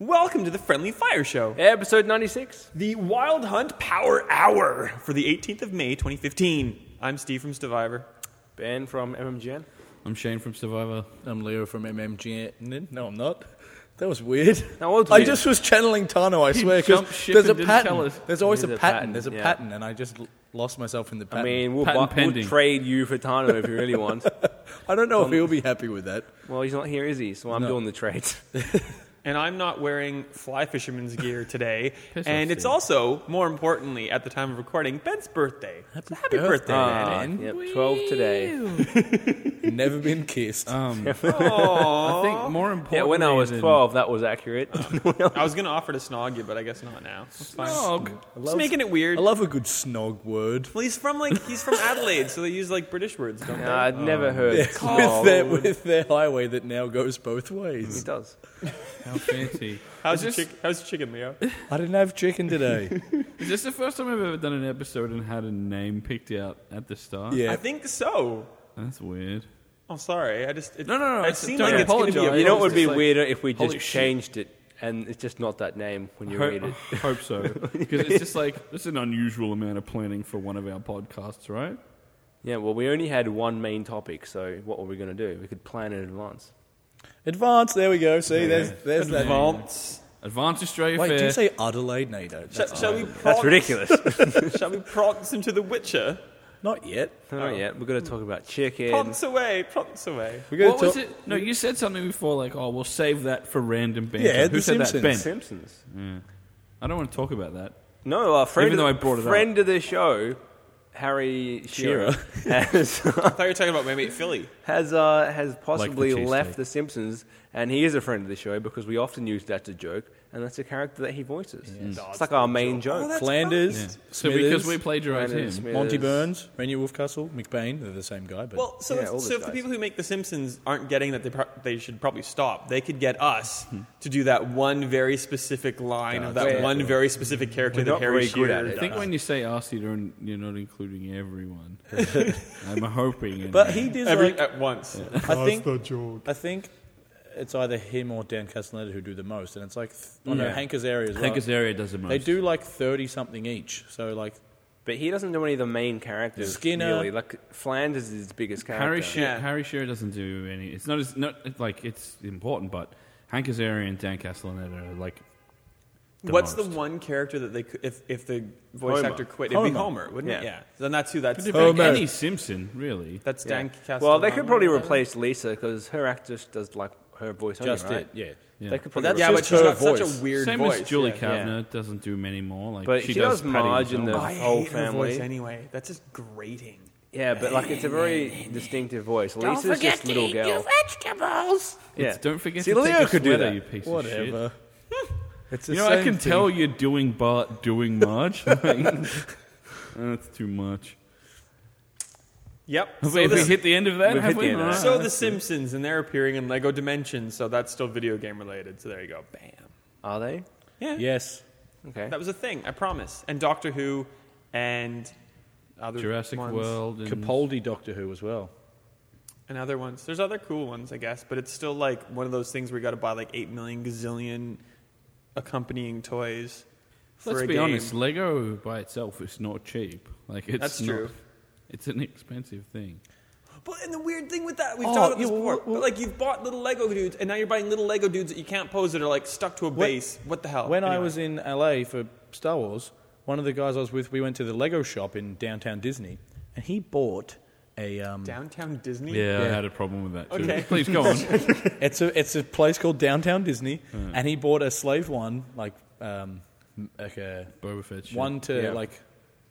Welcome to the Friendly Fire Show, Episode 96. the Wild Hunt Power Hour for the 18th of May, 2015. I'm Steve from Survivor. Ben from MMGN. I'm Shane from Survivor. I'm Leo from MMG. No, I'm not. That was weird. No, what was I weird? just was channeling Tano, I swear. 'cause jumped ship There's a and didn't tell pattern. us. There's always There's a a pattern. pattern, There's a yeah. pattern, and I just l- lost myself in the I pattern. mean, we'll, Patent bu- we'll pending. trade you for Tano if you really want. I don't know if he'll be happy with that. well, he's not here, is he? So I'm doing the trades. And I'm not wearing fly fisherman's gear today. Piss off, and it's Steve. also, more importantly, at the time of recording, Ben's birthday. Happy it's a happy birthday, Ah, man. yep, 12 today. Never been kissed. Um, I think more important. Yeah, when I was 12, that was accurate. I was going to offer to snog you, but I guess not now. It's fine. I Just love, making it weird. I love a good snog word. Well, he's from like he's from Adelaide, so they use like British words, don't Nah, I'd Oh. never heard. with, their, Snog. with their highway that now goes both It ways. does. How fancy. they? How's your chick- how's your chicken, Leo? I didn't have chicken today. Is this the first time I've ever done an episode and had a name picked out at the start? I yeah. think so. That's weird. I'm sorry. I just it, No, no, no, It it's- seemed don't like it's going to be. apologize. A You know it's what would be just like, weirder if we just holy shit. changed it and it's just not that name when you read Hope, it. hope so. Because it's just like, this is an unusual amount of planning for one of our podcasts, right? Yeah, well, we only had one main topic, so what were we going to do? We could plan in advance. Advance, there we go. See, there's, there's that. Vaults. Advanced Australia Wait, Fair. do you say Adelaide? No, you don't. Shall, That's- shall we? Prod, That's ridiculous. Shall we prod into the Witcher? Not yet. Not yet. We're going to talk about chicken. Prods away, prods away. We're what to was it? No, you said something before, like, oh, we'll save that for random banter. Yeah, Who The said Simpsons. that? Ben. Simpsons. I don't want to talk about that. No, our friend, Even of, though the- I brought it up. friend of the show, Harry Shearer, has, I thought you were talking about my mate Philly. has, uh, has possibly cheesesteak. left The Simpsons, and he is a friend of the show because we often use that to joke, and that's a character that he voices. It's like our main joke. Oh, Flanders, Yeah. So Smithers, because we plagiarized Brandon him. Smith. Monty Smithers. Burns, Rainier Wolfcastle, McBain, they're the same guy, but Well, so Yeah, all if, those so if the guys. people who make The Simpsons aren't getting that, they pro- they should probably stop. They could get us to do that one very specific line of that we're- one very specific character that not Harry very good at Shearer it. I think does. when you say us, you don't, you're not including everyone. I'm hoping. but he did Every, like at once. I think I think it's either him or Dan Castellaneta who do the most, and it's like th- oh no, Yeah. Hank Azaria as well. I think his area does the most. they do like thirty something each, so like But he doesn't do any of the main characters. Skinner. Really. Like, Flanders is his biggest character. Harry Shearer, Yeah. Harry Shearer doesn't do any. It's not as not it's like it's important, but Hank Azaria and Dan Castellaneta are like. The What's most. the one character that they could, if if the voice Homer. actor quit, it'd be Homer. Homer, wouldn't it? Yeah. Yeah. Then that's who. That's Could it be Oh, man. any Simpson really? that's Yeah. Dan Castellaneta. Well, they could probably replace Lisa because her actress does like her voice only, just right? it, Oh, yeah. Yeah. They could But probably yeah, but That's she's just got her such voice. a weird Same voice. as Julie yeah. yeah. Kavner doesn't do many more. Like But she, she does, does Patty Marge and herself. the- I hate Whole her voice family. anyway. That's just grating. Yeah, but like it's a very distinctive voice. Lisa's just little girl. Yeah. It's- Don't forget See, to Leo take a could do sweater, that. you piece of shit. Whatever. it's the You know, I same can thing. tell you're doing Bart doing Marge. That's too much. Yep. Have we, have we hit the end of that? We've have hit we? the end of that. Alright. so the Simpsons, and they're appearing in Lego Dimensions, so that's still video game related. So there you go. Bam. Are they? Yeah. Yes. Okay. That was a thing. I promise. And Doctor Who, and other Jurassic ones. World. And Capaldi Doctor Who as well. and other ones. There's other cool ones, I guess, but it's still like one of those things where you got to buy like eight million gazillion accompanying toys. For Let's a be game. honest, Lego by itself is not cheap. Like it's That's not- true. It's an expensive thing. But and the weird thing with that, we've Oh, talked about yeah, this before. well, well- but like you've bought little Lego dudes, and now you're buying little Lego dudes that you can't pose that are like stuck to a When- base. What the hell? When I Anyway. was in LA for Star Wars, one of the guys I was with, we went to the Lego shop in downtown Disney, and he bought a. Um, downtown Disney, Yeah, I Yeah. had a problem with that too. Okay. Please go on. it's a it's a place called Downtown Disney, and he bought a slave one, like um, like a Boba Fett. shit. one to Yeah. like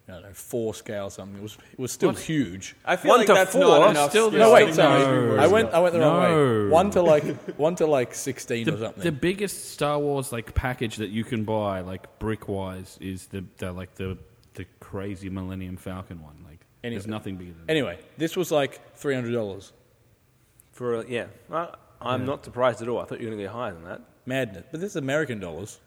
I don't know four scale or something. It was it was still huge. I feel One like to that's four, not enough. still skill. Yeah, No, I wait, think sorry, that's worse. I went I went the wrong way. No. One to like one to like sixteen the, or something. the biggest Star Wars like package that you can buy, like brick wise, is the, the like the the crazy Millennium Falcon one. Like there's Anyway. nothing bigger than that. anyway, this was like three hundred dollars. For yeah, I, I'm not surprised at all. I thought you were going to go higher than that. Madness, but this is American dollars.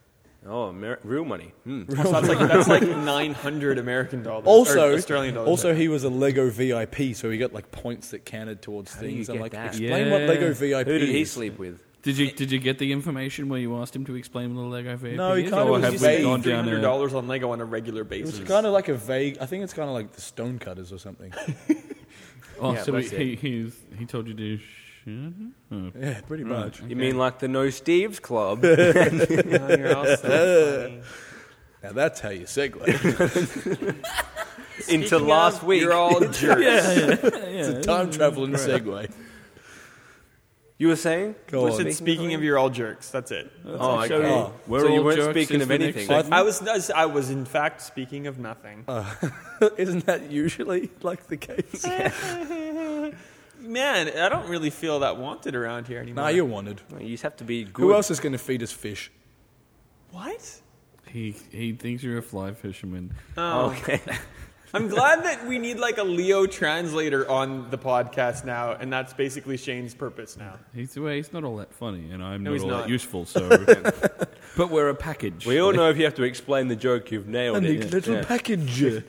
Oh, Amer- real money. Hmm. So that's like that's like nine hundred American dollars. or Also, Australian dollars. also he was a Lego VIP, so he got like points that counted towards do you things. I'm get like, that? explain what Yeah. Lego VIP Who did he is. sleep with? Did you did you get the information where you asked him to explain what a Lego VIP No, he is, kinda or was Oh, have just we vague. gone three down hundred a? dollars on Lego on a regular It was basis. kind of like a vague. I think it's kind of like the Stonecutters or something. Oh, Yeah, so he, that's he he's, he told you to. Shut up. Oh. Hmm. yeah, pretty much. You mean like the No Steve's Club? Now that's how you segue. into last week. You're all jerks. it's a time traveling segue. You were saying? Go We on. said, speaking of you're all jerks. That's it. Oh, So okay. Oh. Well, So you all weren't jerks speaking is of the next anything. segment? I was I was in fact speaking of nothing. Isn't that usually like the case? Man, I don't really feel that wanted around here anymore. nah, you're wanted. Well, You just have to be good. Who else is going to feed us fish? what? He he thinks you're a fly fisherman. Oh, Okay. I'm glad that we need like a Leo translator on the podcast now, and that's basically Shane's purpose now. He's well, he's not all that funny, and I'm No, not he's all not. that useful. So, but we're a package. We all know if you have to explain the joke, you've nailed A it. neat little Yeah. package. Oh,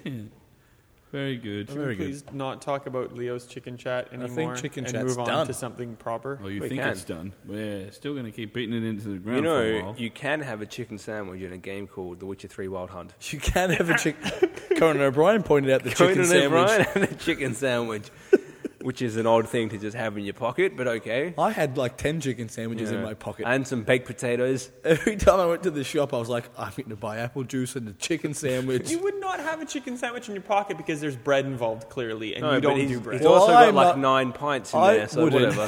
Very good. Oh, Can we please not talk about Leo's chicken chat think anymore chicken and chat's move on done. to something proper? Well, you We think can. it's done. We're still going to keep beating it into the You ground for a while. know, you can have a chicken sandwich in a game called The Witcher 3 Wild Hunt. You can have a chicken. Conan O'Brien pointed out the chicken Conan sandwich. O'Brien and a chicken sandwich, which is an odd thing to just have in your pocket, but okay. I had like 10 chicken sandwiches Yeah. in my pocket. And some baked potatoes. Every time I went to the shop, I was like, I'm going to buy apple juice and a chicken sandwich. You would not have a chicken sandwich in your pocket because there's bread involved, clearly, and No, you but don't he's, do bread. he's also Well, got I'm like not- nine pints in I there, so wouldn't, whatever.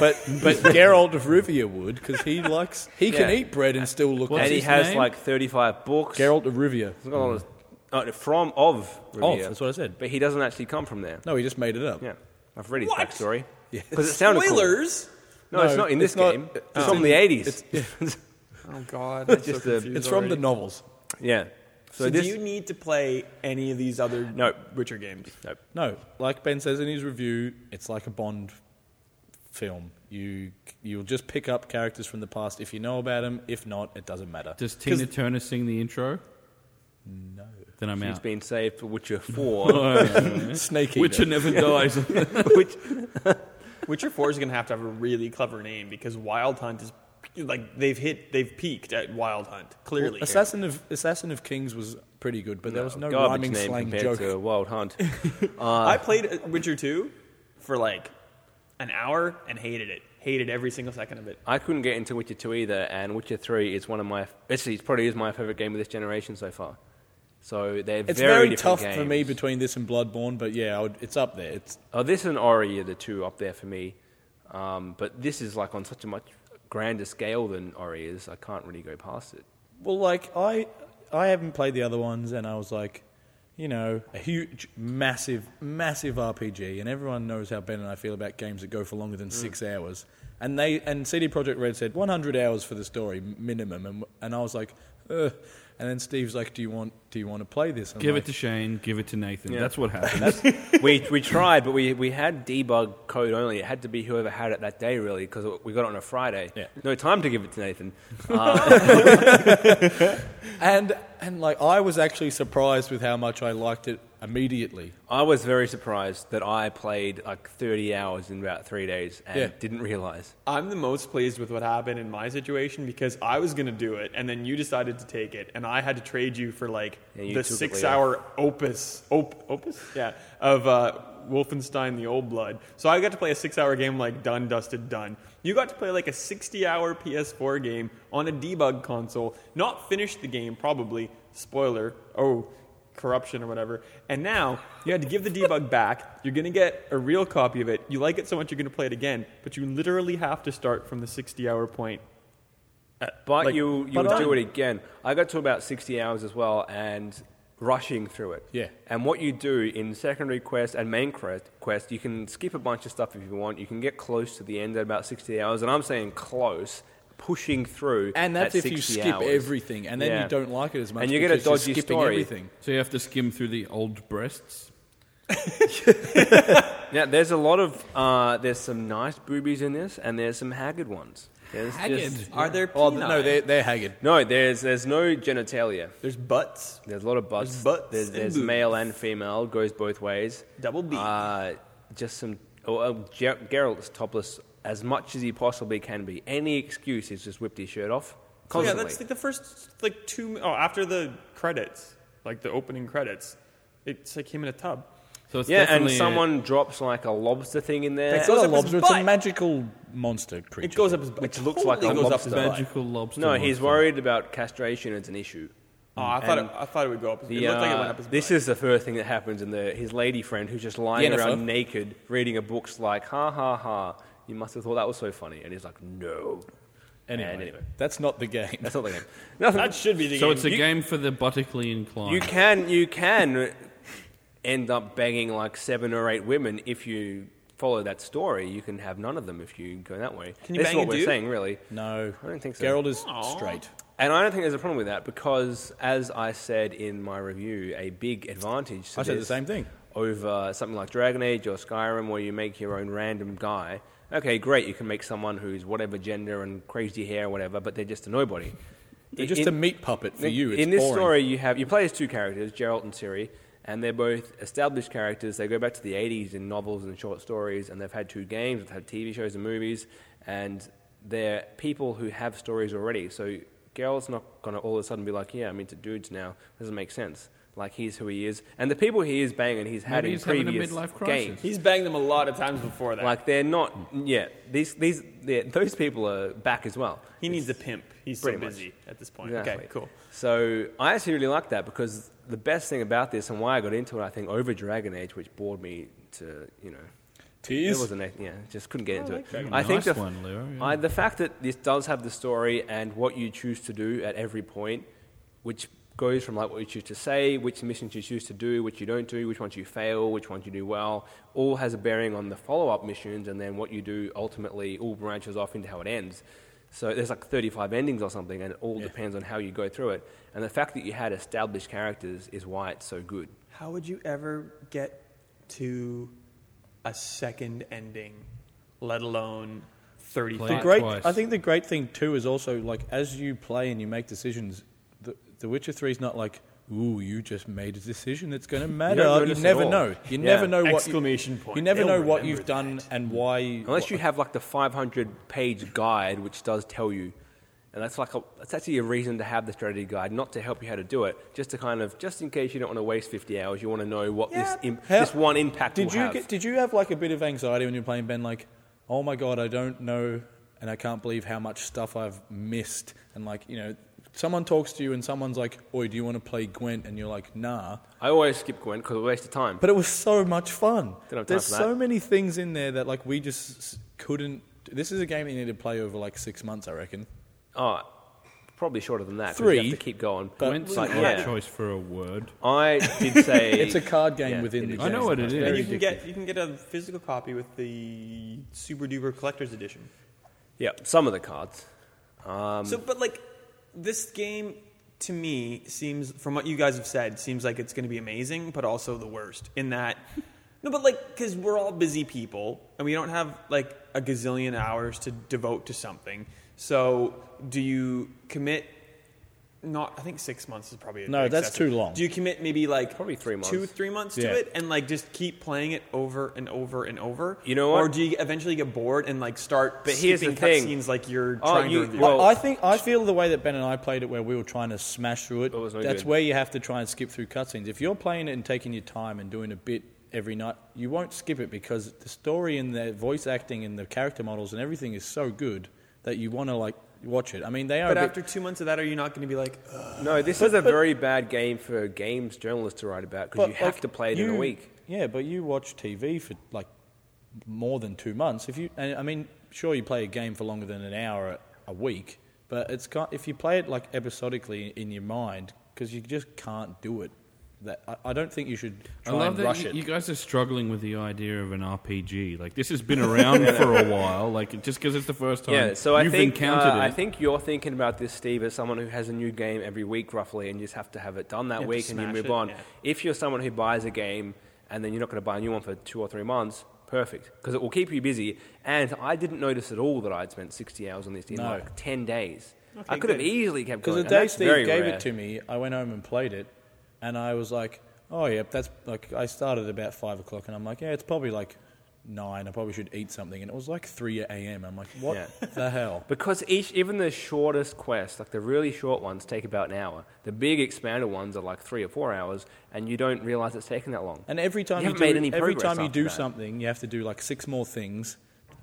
but but Geralt of Rivia would because he likes he can Yeah. eat bread and still look. What's and like he his has name? like 35 books. Geralt of Rivia. He's got a lot of- oh, no, from, of. Oh, Rivia. that's what I said. But he doesn't actually come from there. No, he just made it up. Yeah. I've read his What? backstory. Yeah. Because it sounded cool. Spoilers! No, it's not in it's this not- game. it's It's from the 80s. Oh God, that's Just so a- confused It's from the already. novels. yeah. So, So, this. do you need to play any of these other No. Witcher games? no. No, like Ben says in his review, it's like a Bond film. You you'll just pick up characters from the past if you know about them. If not, it doesn't matter. Does Tina Turner sing the intro? No, Then I'm He's out. Oh, been saved for Witcher 4. Snake Witcher Eater. never dies. which, Witcher Four is going to have to have a really clever name because Wild Hunt is like they've hit, they've peaked at Wild Hunt clearly. Assassin of Assassin of Kings was pretty good, but there was no garbage rhyming name slang compared joke. to Wild Hunt. I played Witcher Two for like an hour and hated it, hated every single second of it. I couldn't get into Witcher 2 either, and Witcher 3 is one of my. Actually, it probably is my favorite game of this generation so far. So they're It's very, very, different tough games. for me between this and Bloodborne, but yeah, I would, it's up there. It's Oh, this and Ori are the two up there for me. Um, but this is like on such a much grander scale than Ori is. I can't really go past it. well, like I I haven't played the other ones, and I was like, you know, a huge, massive, massive RPG, and everyone knows how Ben and I feel about games that go for longer than six hours. And they and CD Projekt Red said 100 hours for the story minimum, and and I was like, Ugh. and then Steve's like, do you want do you want to play this? And I'm give it like, to Shane. Give it to Nathan. Yeah. That's what happens. we we tried, but we, we had debug code only. It had to be whoever had it that day, really, because we got it on a Friday. Yeah. No time to give it to Nathan. and and like I was actually surprised with how much I liked it immediately. I was very surprised that I played like 30 hours in about three days and Yeah. didn't realize. I'm the most pleased with what happened in my situation because I was going to do it, and then you decided to take it, and I had to trade you for like Yeah, you the took it six-hour opus, op, opus, yeah, of uh, Wolfenstein: The Old Blood. So I got to play a six-hour game like done, dusted, done. You got to play like a 60-hour PS4 game on a debug console, not finish the game probably. Spoiler. Oh. Corruption or whatever, and now you had to give the debug back. You're gonna get a real copy of it. You like it so much you're gonna play it again, but you literally have to start from the 60-hour point But like- you you but will do I- it again. I got to about 60 hours as well and rushing through it. Yeah. And what you do in secondary quest and main quest, quest, you can skip a bunch of stuff if you want. You can get close to the end at about 60 hours, and I'm saying close, pushing through. And that's at if you 60 skip hours. everything, and then Yeah. you don't like it as much. And you get a because you're dodgy skipping story. Everything. so you have to skim through the old breasts. Now, there's a lot of uh, there's some nice boobies in this, and there's some haggard ones. There's Haggard. just- Are there Oh, peni? no, they're, they're haggard. no, there's there's no genitalia. There's butts. There's a lot of butts. There's butts There's, and there's boobs. male and female. Goes both ways. Double B. Uh, just some. Oh, oh, Ger- Geralt's topless as much as he possibly can be. Any excuse is just whipped his shirt off So, yeah, constantly. that's like the first like two. Oh, after the credits, like the opening credits, it's like him in a tub. So it's Yeah, and definitely uh, a- someone drops like a lobster thing in there. That's It's goes not a up his lobster, it's a butt. magical monster creature. It goes up his butt. Which It looks like a totally goes lobster. Up his butt. magical lobster. no, he's monster. worried about castration as an issue. Oh, I thought it, And I thought it would go up. His, it The, looked like it uh, went up his butt. this is the first thing that happens, and the, his lady friend who's just lying Yennefer. around naked, reading a book's like, ha ha ha, you must have thought that was so funny, and he's like, no. Anyway, And anyway, that's not the game. that's not the game. Nothing. that should be the So game. it's a You- game for the buttically inclined. You can you can end up banging like seven or eight women if you follow that story. You can have none of them if you go that way. Can you this bang is a what we're dude? saying, really. No. I don't think so. Geralt is Aw. straight. And I don't think there's a problem with that because, as I said in my review, a big advantage. To I said the this same thing. over something like Dragon Age or Skyrim, where you make your own random guy. Okay, great. You can make someone who's whatever gender and crazy hair, or whatever, but they're just a nobody. They're just In- a meat puppet for in, you. It's in this boring. story, you have you play as two characters, Geralt and Ciri, and they're both established characters. They go back to the '80s in novels and short stories, and they've had two games, they've had TV shows and movies, and they're people who have stories already. So Geralt's not going to all of a sudden be like, "Yeah, I'm into dudes now." Doesn't make sense. Like he's who he is, and the people he is banging, he's had Maybe in he's having a previous midlife crisis. games. He's banged them a lot of times before that. Like they're not. Yeah, these these yeah, those people are back as well. he needs a pimp. He's so pretty much. busy at this point. Exactly. Okay, cool. So I actually really like that because the best thing about this and why I got into it, I think, over Dragon Age, which bored me to, you know, it Tears. wasn't, a- yeah, just couldn't get into like it. Dragon I think Nice the, f- one, Leo, yeah. I, the fact that this does have the story and what you choose to do at every point, which goes from like what you choose to say, which missions you choose to do, which you don't do, which ones you fail, which ones you do well, all has a bearing on the follow-up missions, and then what you do ultimately all branches off into how it ends. So there's like 35 endings or something, and it all depends on how you go through it. And the fact that you had established characters is why it's so good. How would you ever get to a second ending, let alone The Play 35? great, twice. I think the great thing too is also like as you play and you make decisions, The, the Witcher Three is not like, ooh, you just made a decision that's going to matter. You, notice at never all. know. Yeah. You never know what Exclamation you, point. You never They'll know what remember you've done and why. Unless you have like the 500 page guide, which does tell you, and that's like a, that's actually a reason to have the strategy guide, not to help you how to do it, just to kind of just in case you don't want to waste 50 hours, you want to know what this Yeah. imp, How- this one impact Did will you have. get? Did you have like a bit of anxiety when you're playing Ben? Like, oh my god, I don't know, and I can't believe how much stuff I've missed. And like, you know, someone talks to you and someone's like, "Oi, do you want to play Gwent?" And you're like, "Nah." I always skip Gwen because it's a waste of time. But it was so much fun. Didn't have time There's for that. so many things in there that like we just s- couldn't. This is a game that you need to play over like six months, I reckon. oh, probably shorter than that. 'cause You Three, have to keep going. but- Gwent's Like, a yeah. odd choice for a word. I did say It's a card game Yeah, within it the is. game. I know what it is. And Very you can addictive. get you can get a physical copy with the super duper collector's edition. yeah some of the cards. Um, So, but like this game to me seems, from what you guys have said, seems like it's going to be amazing, but also the worst in that. No, but like, because we're all busy people and we don't have like a gazillion hours to devote to something. So, do you commit? Not, I think six months is probably No, that's excessive. too long. Do you commit maybe like Probably three months. two, three months Yeah. to it, and like just keep playing it over and over and over? You know what? Or do you eventually get bored and like start But here's the skipping thing. cutscenes like you're Oh, trying you- to review? well, I think I feel the way that Ben and I played it, where we were trying to smash through it. It was no that's good. where you have to try and skip through cutscenes. If you're playing it and taking your time and doing a bit every night, you won't skip it because the story and the voice acting and the character models and everything is so good that you want to like watch it. I mean, they are. But a bit- after two months of that, are you not going to be like, "Ugh, no, this is a very bad game for games journalists to write about because But, you have like, to play it in a you- week. Yeah, but you watch TV for like more than two months. If you, and, I mean, sure, you play a game for longer than an hour a, a week, but it's can if you play it like episodically in your mind because you just can't do it. That I, I don't think you should try I love and that rush you, it. you guys are struggling with the idea of an RPG. Like this has been around for a while. Like just because it's the first time Yeah, so I you've think encountered uh, it. I think you're thinking about this, Steve, as someone who has a new game every week, roughly, and you just have to have it done that have to week and you smash move it, on. yeah. If you're someone who buys a game and then you're not going to buy a new one for two or three months, perfect because it will keep you busy. And I didn't notice at all that I'd spent 60 hours on this in No. like 10 days. I Okay, could have good. easily kept Because going. the and day that's Steve very gave rare. it to me, I went home and played it, and I was like, "Oh yeah, that's like." I started about five o'clock, and I'm like, "Yeah, it's probably like nine. I probably should eat something." And it was like three a.m. I'm like, "What Yeah. the hell?" Because each, even the shortest quests, like the really short ones, take about an hour. The big expanded ones are like three or four hours, and you don't realize it's taking that long. And every time You you, haven't do, made any every progress time you after do that. something, you have to do like six more things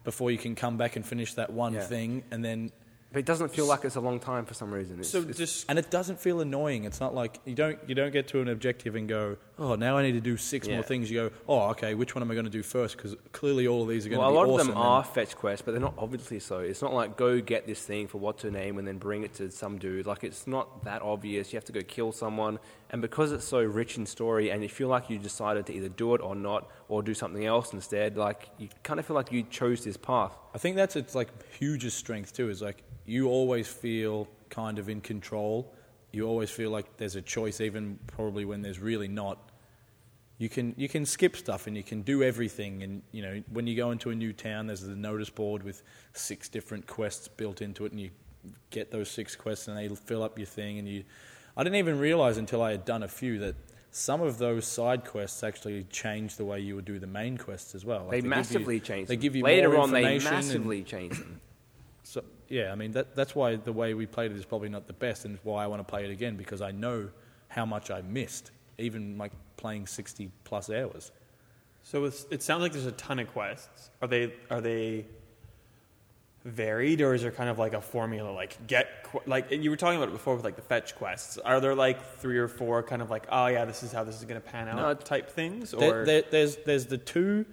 before you can come back and finish that one Yeah. thing, and then but it doesn't feel like it's a long time for some reason. It's, So it's- just and it doesn't feel annoying. It's not like you don't you don't get to an objective and go, "Oh, now I need to do six Yeah. more things." You go, "Oh, okay, which one am I going to do first? Because clearly all of these are going well, a to be lot awesome." of them and- are fetch quests, but they're not obviously so. It's not like go get this thing for what's her name and then bring it to some dude. Like it's not that obvious. You have to go kill someone, and because it's so rich in story, and you feel like you decided to either do it or not, or do something else instead. Like you kind of feel like you chose this path. I think that's its like hugest strength too. Is like you always feel kind of in control. You always feel like there's a choice, even probably when there's really not. You can you can skip stuff and you can do everything. And you know when you go into a new town, there's the notice board with six different quests built into it, and you get those six quests and they fill up your thing. And you, I didn't even realize until I had done a few that. Some of those side quests actually change the way you would do the main quests as well. Like, They, give you- massively change. They them. give you later more on. They information and- massively change them. so yeah, I mean that that's why the way we played it is probably not the best, and why I want to play it again because I know how much I missed, even like playing sixty plus hours. so it's, it sounds like there's a ton of quests. Are they are they varied or is there kind of like a formula like get qu- like you were talking about it before with like the fetch quests? Are there like three or four kind of like oh yeah this is how this is going to pan out No, it- type things There- or there- there's there's the two,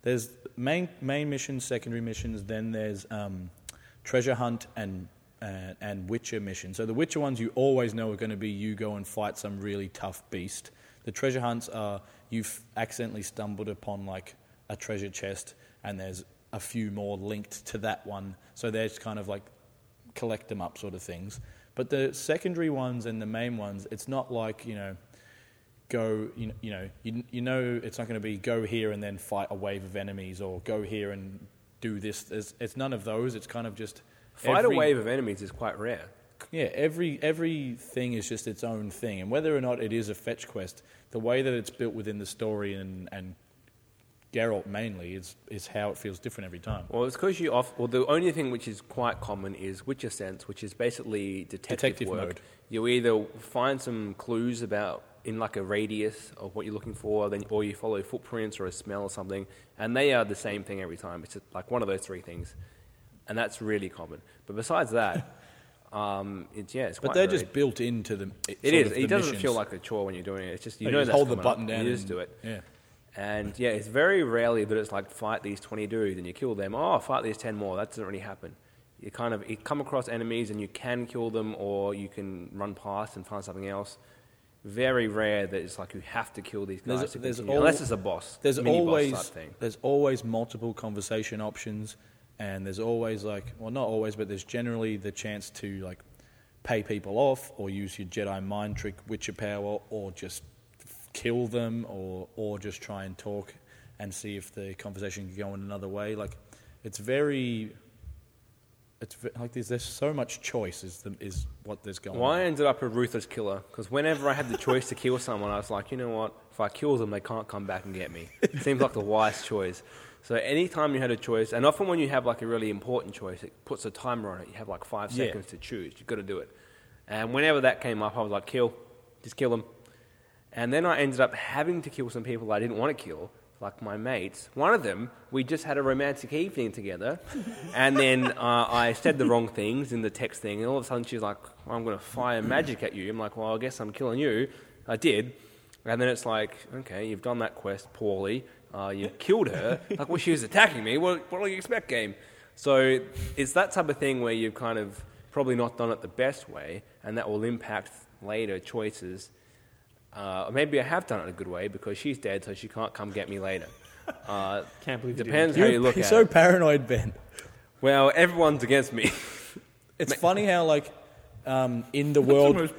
there's main main missions, secondary missions. Then there's um, treasure hunt and uh, and Witcher missions. So the Witcher ones you always know are going to be you go and fight some really tough beast. The treasure hunts are you've accidentally stumbled upon like a treasure chest, and there's a few more linked to that one. So there's kind of like collect them up sort of things. But the secondary ones and the main ones, it's not like you know go you know, you know you, you know it's not going to be go here and then fight a wave of enemies or go here and do this it's, it's none of those it's kind of just Fight every- a wave of enemies is quite rare. yeah every everything is just its own thing and whether or not it is a fetch quest the way that it's built within the story and and Geralt mainly is is how it feels different every time Well, it's because you off. Well, the only thing which is quite common is Witcher Sense, which is basically detective, Detective work. mode. You either find some clues about in like a radius of what you're looking for, then or you follow footprints or a smell or something, and they are the same thing every time. It's like one of those three things, and that's really common. But besides that, um, it's yeah, it's but quite they're varied. just built into the It is. It doesn't feel like a chore when you're doing it. It's just you know just that's hold the coming up. button down You just and- do it. yeah. And yeah, it's very rarely that it's like fight these twenty dudes and you kill them. Oh, fight these ten more. That doesn't really happen. You kind of you come across enemies and you can kill them, or you can run past and find something else. Very rare that it's like you have to kill these guys There's- to there's continue, al- unless it's a boss. there's mini always boss type thing. there's always multiple conversation options, and there's always like well not always, but there's generally the chance to like pay people off or use your Jedi mind trick, Witcher power, or just f- kill them, or or just try and talk and see if the conversation can go in another way. Like it's very. It's ve- like there's, there's so much choice is the, is what there's going Well, I on. ended up a ruthless killer because whenever I had the choice to kill someone, I was like, you know what? If I kill them, they can't come back and get me. Seems like the wise choice. So anytime you had a choice, and often when you have like a really important choice, it puts a timer on it. You have like five Yeah. seconds to choose. You've got to do it. And whenever that came up, I was like, kill, just kill them. And then I ended up having to kill some people I didn't want to kill, like my mates. One of them, we just had a romantic evening together. and then uh, I said the wrong things in the text thing. And all of a sudden, she's like, I'm going to fire magic at you. I'm like, well, I guess I'm killing you. I did. And then it's like, okay, you've done that quest poorly. Uh, you killed her. like, well, she was attacking me. What, what do you expect, game? So it's that type of thing where you've kind of probably not done it the best way, and that will impact later choices. Uh, or maybe I have done it a good way because she's dead, so she can't come get me later. Uh, Can't believe you did depends how You're you look p- at so it. paranoid, Ben. Well, everyone's against me. It's funny how like um, in the That's world the most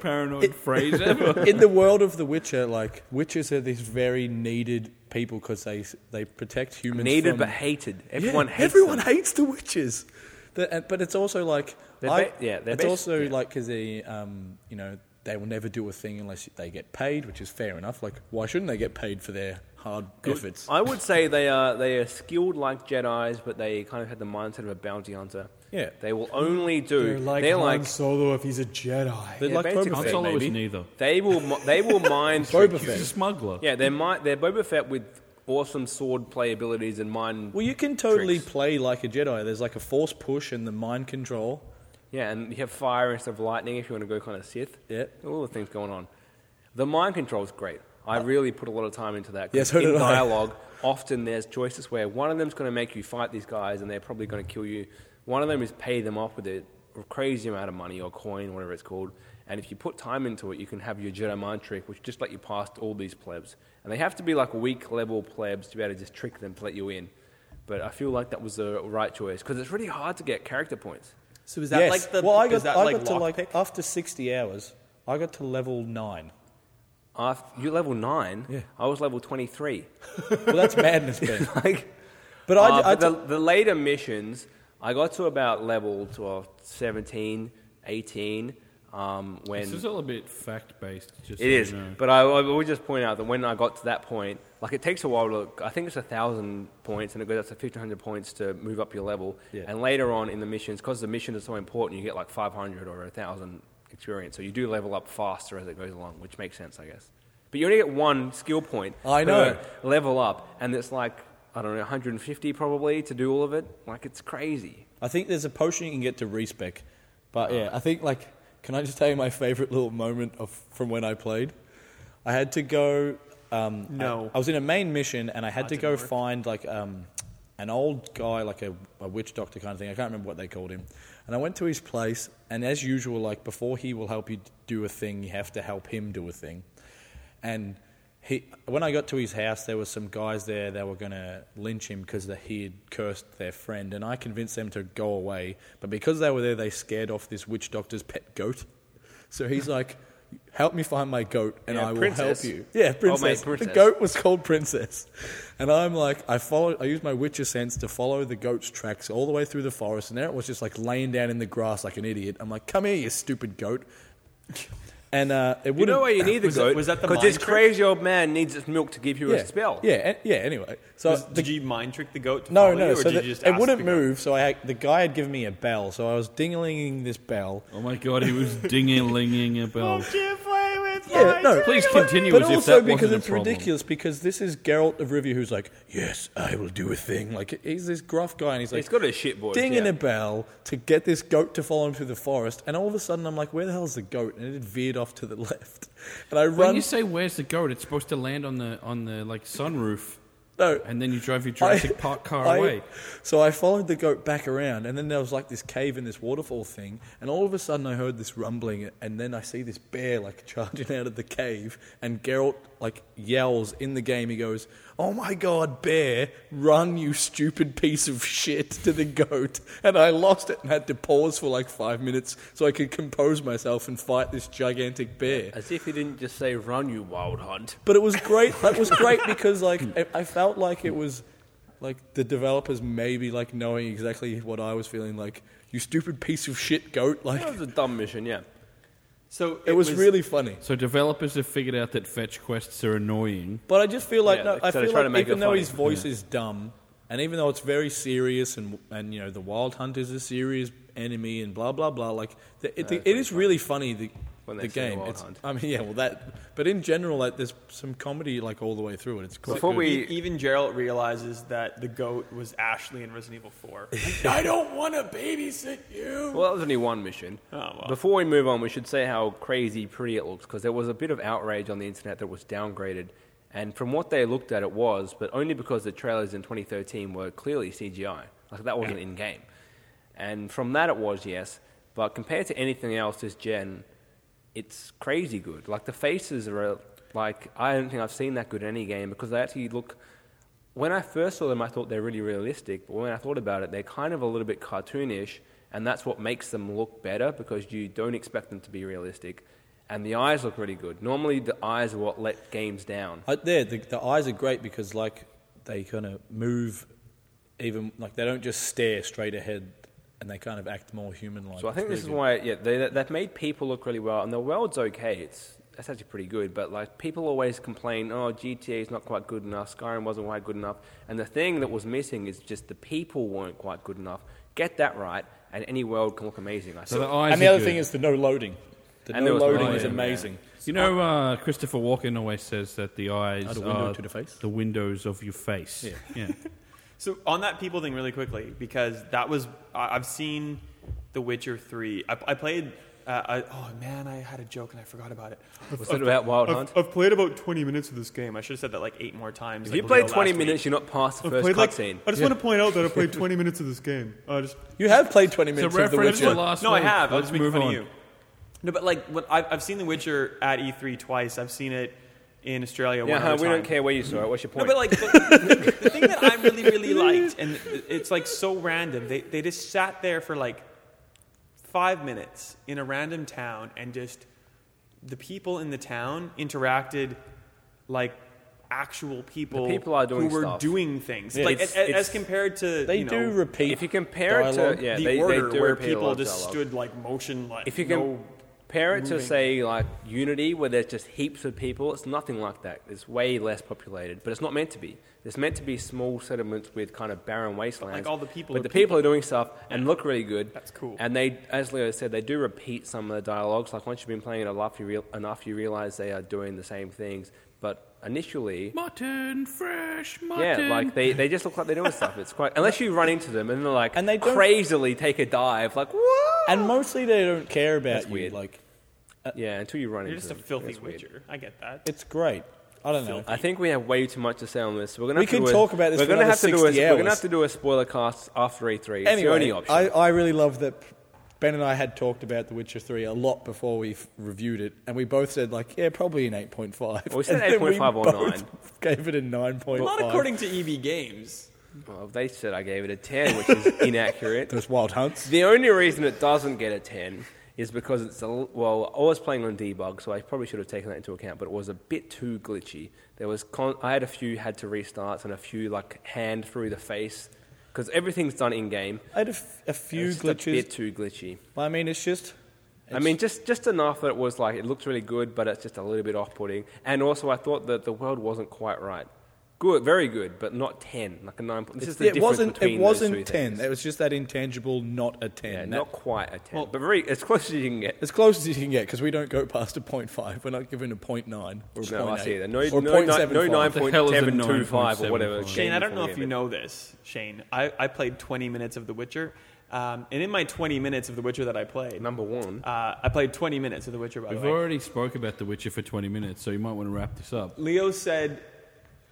paranoid phrase ever. in the world of The Witcher, like witches are these very needed people because they they protect humans. Needed from- but hated. Yeah, Everyone hates everyone them. hates the witches. The- and- but it's also like They're I- ba- yeah, they're it's bas- also yeah. like because they um, you know they will never do a thing unless they get paid, which is fair enough. Like why shouldn't they get paid for their hard efforts? I would say they are they are skilled like Jedi's, but they kind of had the mindset of a bounty hunter. Yeah. they will only do. They're like Han Solo if he's a Jedi. They're Yeah, like Boba basically. Han Fett, Solo is maybe. neither. they will mi- they will mine Boba He's a Fett. smuggler. Yeah, they're mi- they're Boba Fett with awesome sword play abilities and mine. Well, you can totally Tricks. play like a Jedi. There's like a force push and the mind control. Yeah, and you have fire instead of lightning if you want to go kind of Sith. Yep. All the things going on. The mind control's great. I Uh, really put a lot of time into that. 'cause Yeah, so in did I. dialogue, often there's choices where one of them's going to make you fight these guys and they're probably going to kill you. One of them is pay them off with a crazy amount of money or coin, whatever it's called. And if you put time into it, you can have your Jedi mind trick, which just let you past all these plebs. And they have to be like weak level plebs to be able to just trick them to let you in. But I feel like that was the right choice because it's really hard to get character points. So is that yes. like the? well, I got, is that I like got to like lockpick? after sixty hours, I got to level nine. After, you're level nine. Yeah. I was level 23. Well, that's madness, Ben. Ah, like, But I, uh, I but the, the later missions, I got to about level 12, 17, 18. Um, when This is all a bit fact based. Just it is, So you know. but I, I would just point out that when I got to that point, like it takes a while to. I think it's a thousand points, and it goes up to fifteen hundred points to move up your level. Yeah. And later on in the missions, because the mission is so important, you get like five hundred or thousand experience, so you do level up faster as it goes along, which makes sense, I guess. But you only get one skill point. I per know. Level up, and it's like I don't know, one hundred and fifty probably to do all of it. Like it's crazy. I think there's a potion you can get to respec, but yeah, I think like can I just tell you my favorite little moment of from when I played? I had to go. Um, No. I, I was in a main mission and I had to go find like um, an old guy, like a, a witch doctor kind of thing. I can't remember what they called him. And I went to his place, and as usual, like before he will help you do a thing, you have to help him do a thing. And he, when I got to his house, there were some guys there that were going to lynch him because he had cursed their friend. And I convinced them to go away. But because they were there, they scared off this witch doctor's pet goat. So he's like, help me find my goat and Yeah, I will princess. help you. Yeah, Oh, mate, princess. The princess. goat was called Princess. And I'm like, I follow. I used my witcher sense to follow the goat's tracks all the way through the forest. And there it was just like laying down in the grass like an idiot. I'm like, come here, you stupid goat. And uh, it You wouldn't. know why you need the Was that- goat? was that the Because this mind trick? crazy old man needs its milk to give you yeah, a spell. Yeah, an- yeah. Anyway, so Was- the did you mind trick the goat? To No, follow no. You, or so did the- you just it ask wouldn't the goat? move. So I had, the guy had given me a bell. So I was dingling this bell. Oh my god, he was dinging linging a bell. Yeah, no. Please continue But as if also that because wasn't a it's problem. ridiculous. Because this is Geralt of Rivia, who's like, "Yes, I will do a thing." Like he's this gruff guy, and he's like, He's got a shit voice, dinging yeah. a bell to get this goat to follow him through the forest." And all of a sudden, I'm like, "Where the hell's the goat?" And it had veered off to the left. And I When um, run. you say where's the goat, it's supposed to land on the on the like sunroof, no, and then you drive your I- Jurassic Park car I- away. So I followed the goat back around, and then there was like this cave and this waterfall thing, and all of a sudden I heard this rumbling, and then I see this bear like charging out of the cave, and Geralt like yells in the game. He goes, "Oh my god, bear! Run, you stupid piece of shit!" to the goat, and I lost it and had to pause for like five minutes so I could compose myself and fight this gigantic bear. As if he didn't just say, run, you wild hunt. But it was great. That was great because like I- I felt like it was like the developers maybe like knowing exactly what I was feeling. Like you stupid piece of shit goat. Like That was a dumb mission, yeah. So it was really funny. So developers have figured out that fetch quests are annoying. But I just feel like Yeah, no. I so they feel try to like make even it though funny. his voice is dumb, and even though it's very serious, and and you know the Wild Hunt is a serious enemy, and blah blah blah. Like the, it, the, it is really funny. The When they the say the game. Wild It's- Hunt. I mean, yeah. Well, that. But in general, like there's some comedy like all the way through it. It's quite Before good. E- we. even Gerald realizes that the goat was Ashley in Resident Evil Four. I don't want to babysit you. Well, that was only one mission. Oh, well. Before we move on, we should say how crazy pretty it looks because there was a bit of outrage on the internet that was downgraded. And from what they looked at, it was, but only because the trailers in 2013 were clearly CGI. Like, that wasn't in game. And from that, it was, yes. But compared to anything else this gen, it's crazy good. Like the faces are uh, like I don't think I've seen that good in any game because they actually look. When I first saw them, I thought they're really realistic, but when I thought about it, they're kind of a little bit cartoonish, and that's what makes them look better because you don't expect them to be realistic. And the eyes look really good. Normally, the eyes are what let games down. Uh, there, the, the eyes are great because like they kind of move, even like they don't just stare straight ahead, and they kind of act more human-like. So I think It's this is really why, yeah, they, that- that made people look really well, and the world's okay. It's that's actually pretty good, but like people always complain, oh, GTA is not quite good enough, Skyrim wasn't quite good enough, and the thing that was missing is just the people weren't quite good enough. Get that right, and any world can look amazing. I So the think. good. eyes And the are other good. thing is the no loading. The And there no was no loading is loading, amazing. You know, uh, Christopher Walken always says that the eyes Are are the window to the face? the windows of your face. Yeah. So on that people thing, really quickly, because that was I, I've seen The Witcher three. I, I played. Uh, I, oh man, I had a joke and I forgot about it. Was it about Wild I've, Hunt? I've played about twenty minutes of this game. I should have said that like eight more times. If like you played Leo 20 last week. minutes, you're not past the I've first played, like- cutscene. I just want to point out that I played twenty minutes of this game. I just You have played 20 It's a minutes of The reference Witcher. to last no, week. I have. I was Let's making move fun on. of you. No, but like when I've, I've seen The Witcher at E3 twice. I've seen it in Australia. yeah, one huh, other we time. don't care where you saw it. What's your No, point? but like the, the thing that I really, really liked, and it's like so random. They they just sat there for like five minutes in a random town, and just the people in the town interacted like actual people. people are doing who were stuff. doing things. Yeah. like It's- a- a- it's- as compared to They you know, do repeat. if you compare it dialogue. to yeah, the they, they order do where repeat a lot people of just dialogue. stood like motion like If you can no, compare it to moving. say like Unity, where there's just heaps of people, it's nothing like that. It's way less populated, but it's not meant to be. It's meant to be small settlements with kind of barren wastelands. all the people but are the people, are doing stuff and look really good. That's cool. And they, as Leo said, they do repeat some of the dialogues. Like once you've been playing it enough, you real, enough, you realize they are doing the same things. But initially, Mutton, fresh yeah, mutton. like they, they just look like they're doing stuff. It's quite unless you run into them and they're like And they don't- crazily take a dive, like whoa. and mostly they don't care about That's you. weird. Like yeah, until you run you're into just a them. filthy That's weird. witcher. I get that. it's great. I don't know. I think we have way too much to say on this. so We're gonna We have to could do a- talk about this We're for gonna another have to do a. 60 We're gonna hours. have to do a spoiler cast after E three. It's anyway, the only option. I, I really love that Ben and I had talked about The Witcher 3 a lot before we f- reviewed it, and we both said, like, yeah, probably an 8.5. we said And then 8.5 or both 9. Gave it a 9.5. Not uh, according to EV Games. well, they said I gave it a ten, which is inaccurate. There's Wild Hunts. The only reason it doesn't get a ten is because it's a l well. I was playing on debug, so I probably should have taken that into account. But it was a bit too glitchy. There was con- I had a few had to restarts and a few like hand through the face because everything's done in game. I had a, f- a few A bit glitches. too glitchy. I mean, it's just. I mean, just just enough that it was like it looked really good, but it's just a little bit off-putting. And also, I thought that the world wasn't quite right. Good, very good, but not ten, like a nine. This is the it difference wasn't. between It those wasn't two ten. things. It was just that intangible, not a ten. yeah, That- not quite a ten, Well- but very as close as you can get. as close as you can get because we don't go past a 0.5. We're not given a 0.9 or a No, I 0.8 see that. No, or no, no, no 0.75. nine The hell point is a seven two five or whatever. 9.75? Shane, game I don't know form if game you is. know this, Shane. I, I played 20 minutes of The Witcher. Um, and in my 20 minutes of The Witcher that I played, number one. uh, I played 20 minutes of The Witcher, by the We've way. already spoke about The Witcher for 20 minutes, so you might want to wrap this up. Leo said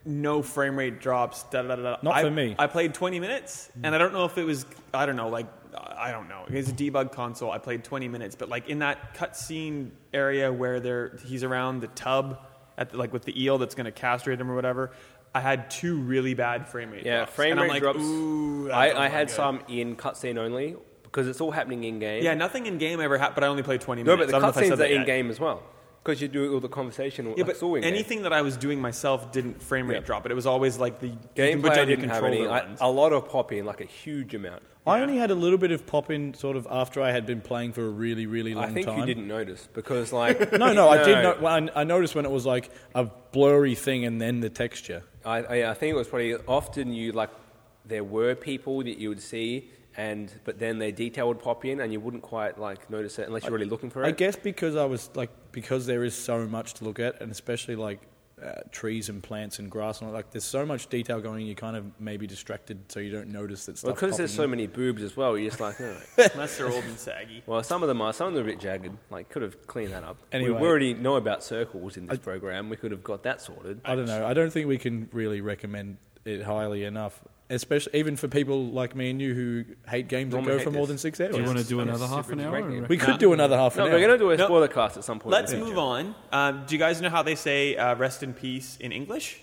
no frame rate drops. Da, da, da, da. Not I, for me. I played 20 minutes, and I don't know if it was, I don't know, like, I don't know. It's a debug console. I played 20 minutes, but like in that cutscene area where they're, he's around the tub, at the, like with the eel that's going to castrate him or whatever. I had two really bad frame rate Yeah, drops. frame and rate I'm like, drops. Ooh, that doesn't I, I look had good." some in cutscene only because it's all happening in game. Yeah, nothing in game ever happened, but I only played 20 no, but minutes. the I don't know if I said cutscenes are that in yet. game as well because you do all the conversation. Yeah, like, but it's all in game. anything that I was doing myself didn't frame rate Yeah. drop, but it was always like the Gameplay which I didn't have any. controller I, ones. a lot of popping, like a huge amount. I only had a little bit of pop in sort of after I had been playing for a really, really long I think time. you didn't notice because, like, No, no, I did. Not, well, I, I noticed when it was like a blurry thing and then the texture. I, I, I think it was probably often you like there were people that you would see, and but then their detail would pop in, and you wouldn't quite like notice it unless you're really looking for it. I guess because I was like because there is so much to look at, and especially like uh, trees and plants and grass and all, like there's so much detail going. You kind of maybe distracted, so you don't notice that well, stuff. because there's popping so in. many boobs as well, you're just like, oh. Unless they're old and saggy. well, some of them are, some of them are a bit jagged. Like, could have cleaned that up. Anyway. we already know about circles in this program. We could have got that sorted. I don't know. I don't think we can really recommend it highly enough, especially even for people like me and you who hate games that Normally go hate for more this. than six hours. Do you want to do I'm another super half an hour? directly- we could do another half no, an we're hour. gonna do a No. spoiler cast at some point. Let's move on. Um, do you guys know how they say uh, "rest in peace" in English?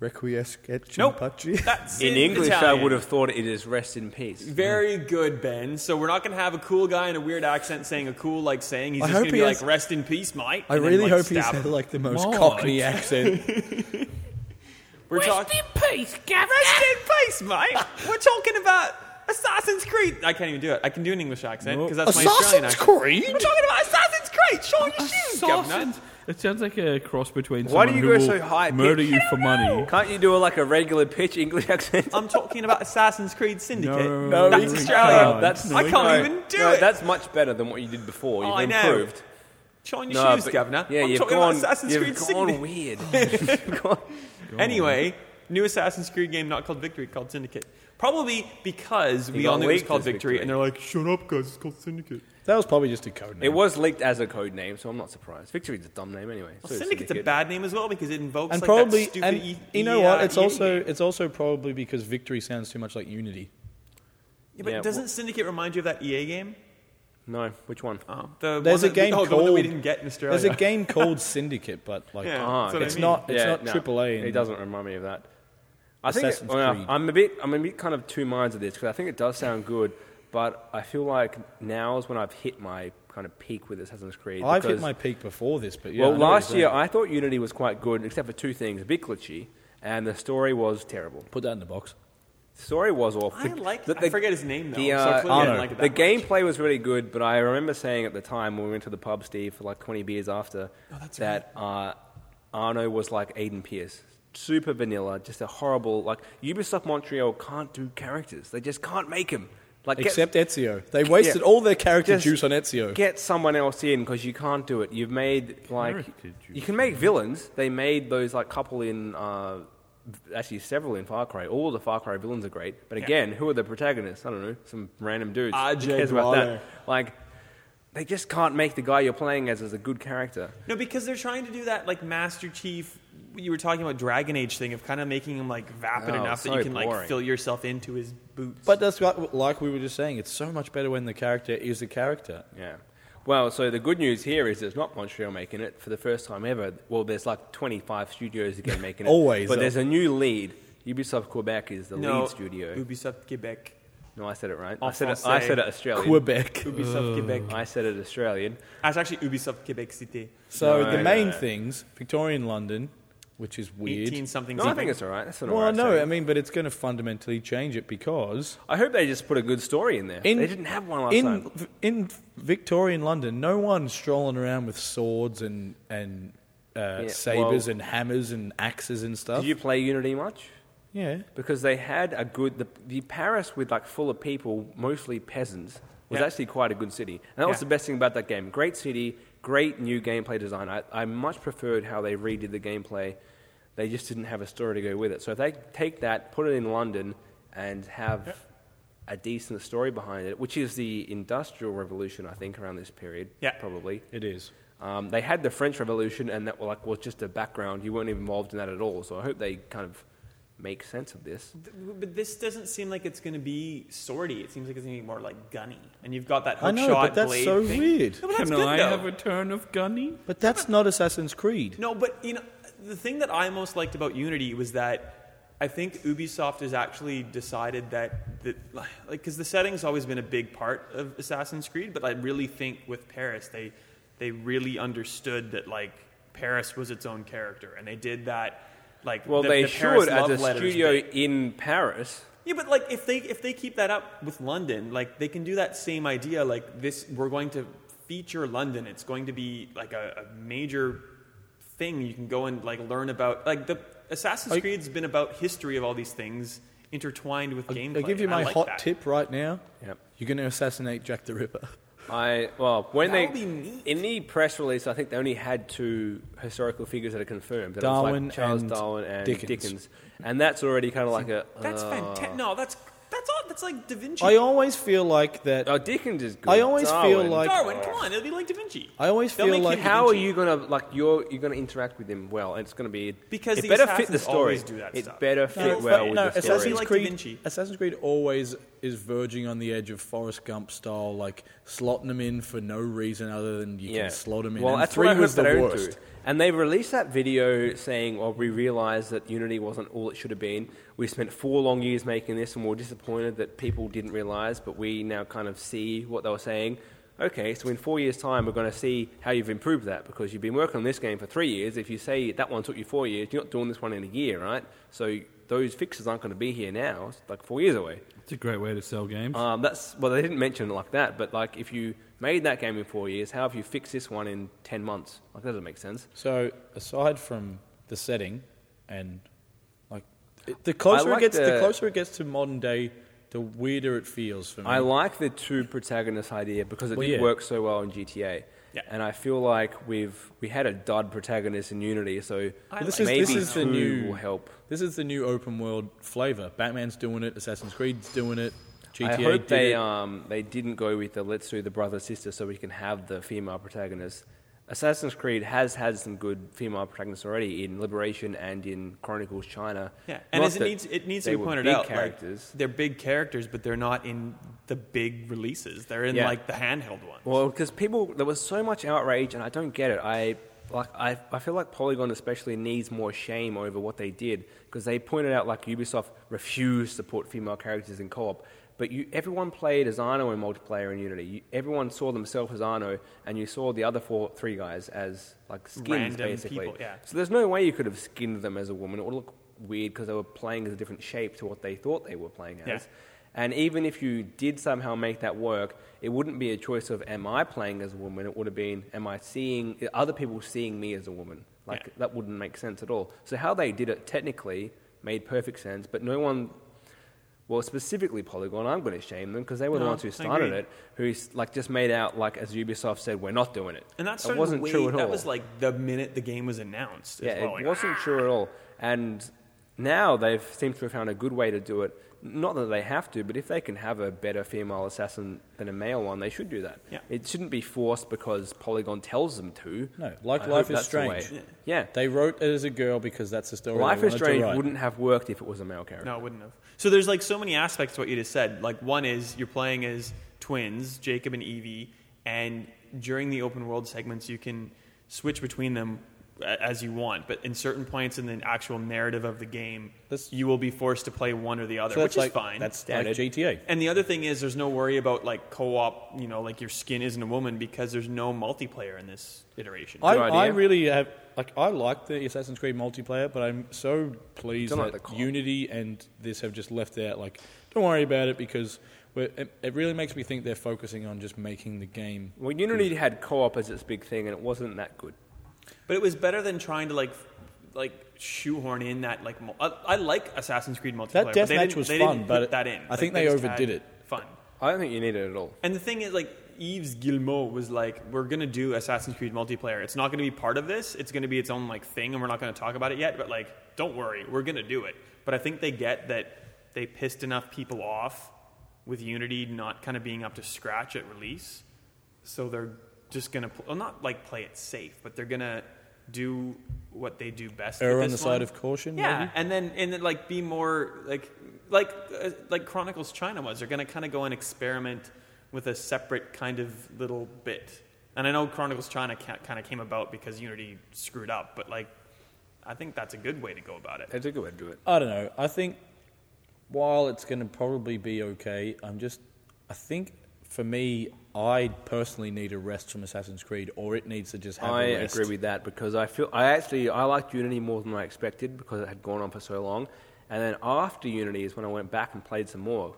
Requiescat Nope. Chimpachi. That's In English, I Italian. would have thought it is rest in peace. Very good, Ben. So we're not going to have a cool guy in a weird accent saying a cool like saying. He's I just hope going to be he like, has- "Rest in peace, mate." I and then, really like, hope he stab said him. like the most Mike. Cockney accent. We're talking rest in peace, mate. We're talking about Assassin's Creed. I can't even do it. I can do an English accent because that's my Australian Assassin's accent. Creed. We're talking about Assassin's Creed. Show your shoes, governor. Sausage. It sounds like a cross between Why do someone you who go will so high murder pitched? you for money. Can't you do a, like a regular pitch English accent? I'm talking about Assassin's Creed Syndicate. No, that's we Australian. can't. That's No, I we can't even do no, it. That's much better than what you did before. You've Oh, I know. improved. Show your No, shoes, but- governor. Yeah, I'm you've talking gone. about Assassin's you've Creed gone Syndicate. weird. You've gone- Anyway, new Assassin's Creed game not called Victory, called Syndicate. Probably because we got all knew it was leaked called as Victory, Victory. and they're like, "Shut up, guys! It's called Syndicate." That was probably just a code name. it was leaked as a code name, so I'm not surprised. Victory's a dumb name anyway. Well, so is Syndicate's a Syndicate. bad name as well because it invokes and like probably that stupid. and E- you know E- what? uh, It's EA also game. it's also probably because victory sounds too much like unity. Yeah, but Yeah, doesn't well- Syndicate remind you of that EA game? No, which one? Oh, the There's one that a we- game oh, called the one that we didn't get in Australia. There's a game called Syndicate, but like Yeah, Ah, that's what I it's mean. not it's not no, AAA. It and- doesn't remind me of that. I think Assassin's well, Creed. I'm a bit I'm a bit kind of two minds of this because I think it does sound good, but I feel like now is when I've hit my kind of peak with Assassin's Creed. I've hit because- my peak before this, but yeah. I well, know what you're last year saying. I thought Unity was quite good, except for two things: a bit glitchy, and the story was terrible. put that in the box. The story was awful. I like. I forget his name though. The, so uh, clearly I didn't Arno. like it that the much. gameplay was really good, but I remember saying at the time when we went to the pub, Steve, for like 20 beers after, Oh, that's that uh, Arno was like Aiden Pierce. Super vanilla, just a horrible, like, Ubisoft Montreal can't do characters. They just can't make them. Like, get- Except Ezio. They wasted all their character Just juice on Ezio. Get someone else in because you can't do it. You've made like Character you juice. can make villains. They made those like couple in uh, v- actually several in Far Cry. All the Far Cry villains are great, but again, who are the protagonists? I don't know. Some random dudes. Who Ajay cares Dwale. about that? Like they just can't make the guy you're playing as as a good character. No, because they're trying to do that like Master Chief. You were talking about Dragon Age thing of kind of making him like vapid Oh, enough that so you can like boring. fill yourself into his boots. But that's what, like we were just saying. It's so much better when the character is a character. Yeah. Well, so the good news here is it's not Montreal making it for the first time ever. Well, there's like 25 studios again making it. Always, But though. there's a new lead. Ubisoft Quebec is the no, lead studio. Ubisoft Quebec. No, I said it right. En I said it, I français. said it Australian. Quebec. Ubisoft Quebec. I said it Australian. That's actually Ubisoft Quebec City. So No, the no, main no. things: Victorian London, which is weird. 18 something. No, I think it's all right. That's an all well, right no, saying. I mean, but it's going to fundamentally change it because I hope they just put a good story in there. they didn't have one last in, time. In Victorian London, no one's strolling around with swords and and uh, Yeah, sabers well- and hammers and axes and stuff. Did you play Unity much? yeah, Because they had a good the, the Paris with like full of people, mostly peasants, was Yeah. actually quite a good city, and that was Yeah. the best thing about that game. Great city, great new gameplay design. I, I much preferred how they redid the gameplay. They just didn't have a story to go with it. So if they take that, put it in London, and have a decent story behind it, which is the industrial revolution, I think, around this period, Yeah. probably. it is. Um, they had the French Revolution, and that were like was just a background. You weren't involved in that at all. So I hope they kind of make sense of this. But this doesn't seem like it's going to be swordy. It seems like it's going to be more like gunny. And you've got that hook I know, shot but that's blade so thing. weird. No, but that's Can good, I though. have a turn of gunny? But that's not Assassin's Creed. No, but you know, the thing that I most liked about Unity was that I think Ubisoft has actually decided that that like because the setting's always been a big part of Assassin's Creed, but I really think with Paris they they really understood that like Paris was its own character, and they did that. Like Well, the, they the Paris should love as a letters studio bit. in Paris. Yeah, but like if they if they keep that up with London, like they can do that same idea. Like this, we're going to feature London. It's going to be like a, a major thing you can go and like learn about. Like the Assassin's I- Creed's been about history of all these things intertwined with gameplay. I'll give you and I my like hot that. tip right now. Yep. You're going to assassinate Jack the Ripper. I well when That they would be neat. in the press release, I think they only had two historical figures that are confirmed. and it was, Darwin like Charles and Darwin and Dickens. Dickens. and that's already kind of like a That's uh, fantastic. No, that's that's all, that's like Da Vinci. I always feel like that. Oh, Dickens is good. I always feel Darwin. like- Darwin, come on, it'll be like Da Vinci. I always They'll feel make like- him How Da are Vinci. you gonna like you're you're gonna interact with him well? and It's gonna be Because it the better fit the assassins story. always do that it stuff. better No, fit but- well with no, the Assassin's story. Assassin's Like Da Creed. Vinci. Assassin's Creed always is verging on the edge of Forrest Gump style, like slotting them in for no reason other than you can slot them in. Well, and that's three what I was hope they the don't worst. do. And they released that video saying, "Well, we realized that Unity wasn't all it should have been. We spent four long years making this, and we we're disappointed that people didn't realize. But we now kind of see what they were saying. Okay, so in four years' time, we're going to see how you've improved that because you've been working on this game for three years. If you say that one took you four years, you're not doing this one in a year, right? So those fixes aren't going to be here now. It's like four years away. It's a great way to sell games. Um, that's well, they didn't mention it like that, but like if you made that game in four years, how have you fixed this one in ten months? Like that doesn't make sense. So, aside from the setting and like it- the closer like it gets, the, the- closer it gets to modern day, the weirder it feels for me. I like the two protagonists idea because it Mm-hmm. Well, did yeah. work so well in GTA. Yeah. And I feel like we've we had a dud protagonist in Unity, so Well, this is maybe this is two the new will help. This is the new open world flavor. Batman's doing it. Assassin's Creed's doing it. GTA I hope did they it. um they didn't go with the let's do the brother sister so we can have the female protagonist. Assassin's Creed has had some good female protagonists already in Liberation and in Chronicles China. Yeah, and Not as it that needs, it needs to they be were pointed big out, characters. Like, they're big characters, but they're not in the big releases. They're in Yeah. like the handheld ones. Well, because people, there was so much outrage, and I don't get it. I like, I, I feel like Polygon especially needs more shame over what they did because they pointed out like Ubisoft refused to support female characters in co-op, but you, everyone played as Arno in multiplayer in Unity. You, everyone saw themselves as Arno, and you saw the other four, three guys as like skins, Random basically. people, yeah. So there's no way you could have skinned them as a woman. It would look weird because they were playing as a different shape to what they thought they were playing as. Yeah. And even if you did somehow make that work, it wouldn't be a choice of am I playing as a woman? It would have been am I seeing other people seeing me as a woman? Like Yeah. that wouldn't make sense at all. So how they did it technically made perfect sense, but no one. Well, specifically Polygon, I'm going to shame them because they were the No, ones who I started agree. it, who s- like just made out like as Ubisoft said, we're not doing it. and that it started wasn't way, true at all. That was like the minute the game was announced. as Yeah, well, it like, wasn't true at all. And now they've seem to have found a good way to do it. Not that they have to, but if they can have a better female assassin than a male one, they should do that. Yeah. It shouldn't be forced because Polygon tells them to. No, like I Life hope is that's the way. Strange. Yeah. They wrote it as a girl because that's the story. Life they is wanted to Strange write. wouldn't have worked if it was a male character. No, it wouldn't have. So there's like so many aspects to what you just said. Like one is you're playing as twins, Jacob and Evie, and during the open world segments you can switch between them a- as you want. But in certain points in the actual narrative of the game, That's- you will be forced to play one or the other, So which that's like, is fine. That's Standard. like GTA. and the other thing is there's no worry about like co-op, you know, like your skin isn't a woman because there's no multiplayer in this iteration. I, idea. I really have like I like the Assassin's Creed multiplayer, but I'm so pleased Don't like that the co-op. Unity and this have just left out. Like, don't worry about it because we're, it, it really makes me think they're focusing on just making the game. Well, Unity had co op as its big thing, and it wasn't that good. But it was better than trying to like f- like shoehorn in that like mul- I, I like Assassin's Creed multiplayer. but death they match didn't- was they fun, didn't but put it- that in. I think they just overdid had it. Fun. I don't think you needed it at all. And the thing is, like Yves Guillemot was like, "We're gonna do Assassin's Creed multiplayer. It's not gonna be part of this. It's gonna be its own like thing, and we're not gonna talk about it yet. But like, don't worry, we're gonna do it." But I think they get that they pissed enough people off with Unity not kind of being up to scratch at release, so they're just gonna pl- well, not like play it safe, but they're gonna do what they do best. with Err on this the side one. of caution, Yeah, maybe? and then and then like be more like like uh, like Chronicles China was. They're going to kind of go and experiment with a separate kind of little bit. And I know Chronicles China kind of came about because Unity screwed up, but like I think that's a good way to go about it. It's a good way to do it. I don't know. I think while it's going to probably be okay, I'm just I think for me, I personally need a rest from Assassin's Creed, or it needs to just have I a rest. agree with that because I feel I actually I liked Unity more than I expected because it had gone on for so long, and then after Unity is when I went back and played some more,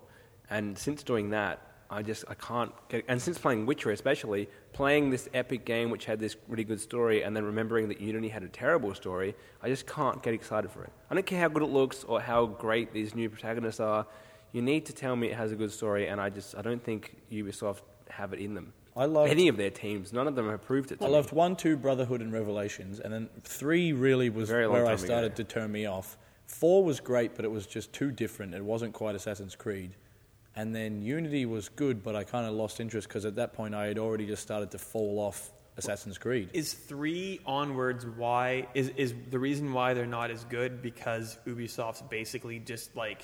and since doing that I just I can't get and since playing Witcher especially playing this epic game which had this really good story and then remembering that Unity had a terrible story I just can't get excited for it I don't care how good it looks or how great these new protagonists are you need to tell me it has a good story and I just I don't think Ubisoft have it in them. I loved- any of their teams. None of them have proved it. To I me. loved one, two, Brotherhood and Revelations, and then three really was Very long where I time ago. started to turn me off. Four was great, but it was just too different. It wasn't quite Assassin's Creed. And then Unity was good, but I kind of lost interest because at that point I had already just started to fall off Assassin's Creed. Is three onwards why is is the reason why they're not as good because Ubisoft's basically just like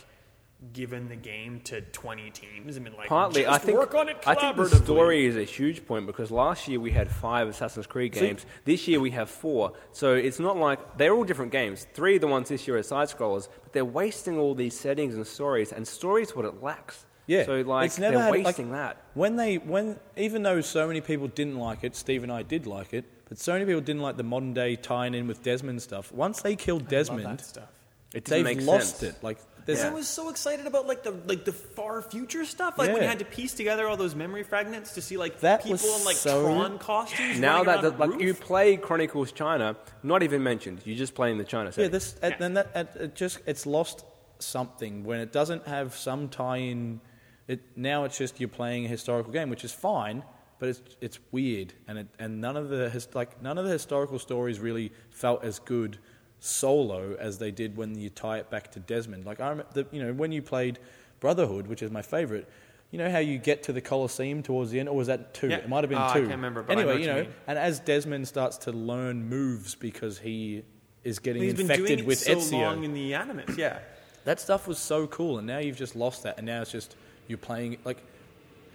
given the game to 20 teams and been like, Partly, just I think work on it I think the collaboratively." story is a huge point because last year we had five Assassin's Creed games. This year we have four. So it's not like they're all different games. Three of the ones this year are side scrollers, but they're wasting all these settings and stories, and stories what it lacks. Yeah. So like It's never they're had- like, wasting that. When they when even though so many people didn't like it, Steve and I did like it, but so many people didn't like the modern day tying in with Desmond stuff. Once they killed Desmond, that stuff. It didn't they've make lost sense. it. Like there's I was so excited about like the like the far future stuff, like when you Yeah. had to piece together all those memory fragments to see like That people was in like so- Tron costumes. Now running that, around that like roof. you play Chronicles China, not even mentioned. You're just playing the China yeah, setting. this and then that and it just it's lost something when it doesn't have some tie-in. It now it's just you're playing a historical game, which is fine, but it's it's weird and it and none of the his, like none of the historical stories really felt as good solo as they did when you tie it back to Desmond. Like I remember, the, you know, when you played Brotherhood, which is my favorite. You know how you get to the Colosseum towards the end, or was that two? Yeah. It might have been Oh, I two. can't remember, but I know anyway, what you you know, mean. and as Desmond starts to learn moves because he is getting He's been infected doing it with so Ezio. long in the animus. Yeah, that stuff was so cool, and now you've just lost that, and now it's just you're playing like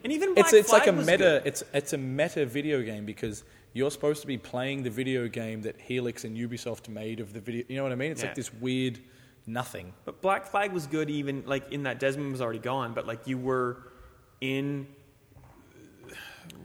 and even Black it's it's like a Flag was meta good. it's it's a meta video game because you're supposed to be playing the video game that Helix and Ubisoft made of the video. You know what I mean? It's Yeah. like this weird nothing. But Black Flag was good, even like in that Desmond was already gone, but like you were in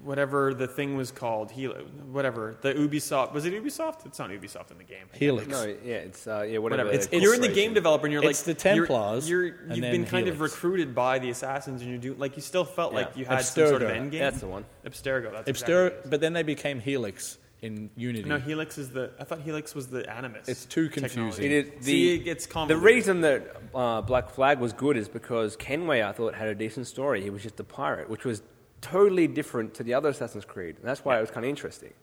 whatever the thing was called, Helo, whatever the Ubisoft was it Ubisoft? It's not Ubisoft in the game. Helix. No, yeah, it's uh, yeah, whatever. Whatever. the you're in the corporation. game developer, and you're It's like the Templars You're, you and have then been kind of Helix. recruited by the assassins, and you do like you still felt Yeah. like you had some sort of Abstergo. end game. That's the one. Abstergo. That's exactly Abster- what it is. but then they became Helix in Unity. No, Helix is the. I thought Helix was the Animus. It's too technology. confusing. It is the, See, it gets the convoluted. reason that uh, Black Flag was good is because Kenway, I thought, had a decent story. He was just a pirate, which was totally different to the other Assassin's Creed. And that's why it was kind of interesting.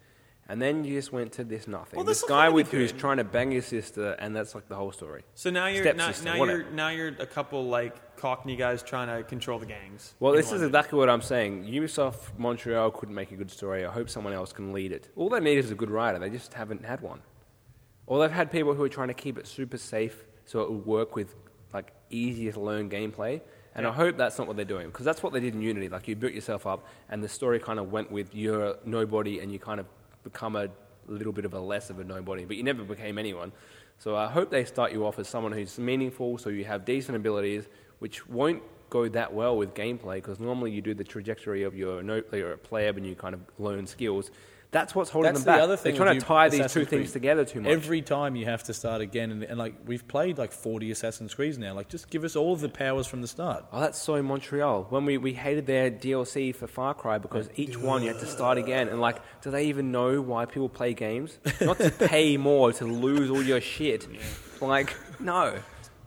And then you just went to this nothing. Well, this this'll guy kinda be with who's good. trying to bang his sister, and that's like the whole story. So now you're now, Stepsister, now whatever. you're now you're a couple like Cockney guys trying to control the gangs. Well, in this is London. exactly what I'm saying. Ubisoft Montreal couldn't make a good story. I hope someone else can lead it. All they need is a good writer. They just haven't had one. Or they've had people who are trying to keep it super safe so it would work with like easier to learn gameplay. And I hope that's not what they're doing because that's what they did in Unity. Like you built yourself up, and the story kind of went with you're nobody, and you kind of become a little bit of a less of a nobody, but you never became anyone. So I hope they start you off as someone who's meaningful, so you have decent abilities, which won't go that well with gameplay because normally you do the trajectory of your no, your player and you kind of learn skills. That's what's holding That's them back. the other thing. They're trying with to tie these two Assassin's things Creed. together too much. Every time you have to start again, and, and like we've played like forty Assassin's Creeds now. Like, just give us all of the powers from the start. Oh, that's so Montreal. When we, we hated their DLC for Far Cry because each one you had to start again. And, like, do they even know why people play games? Not to pay more to lose all your shit. Like, no.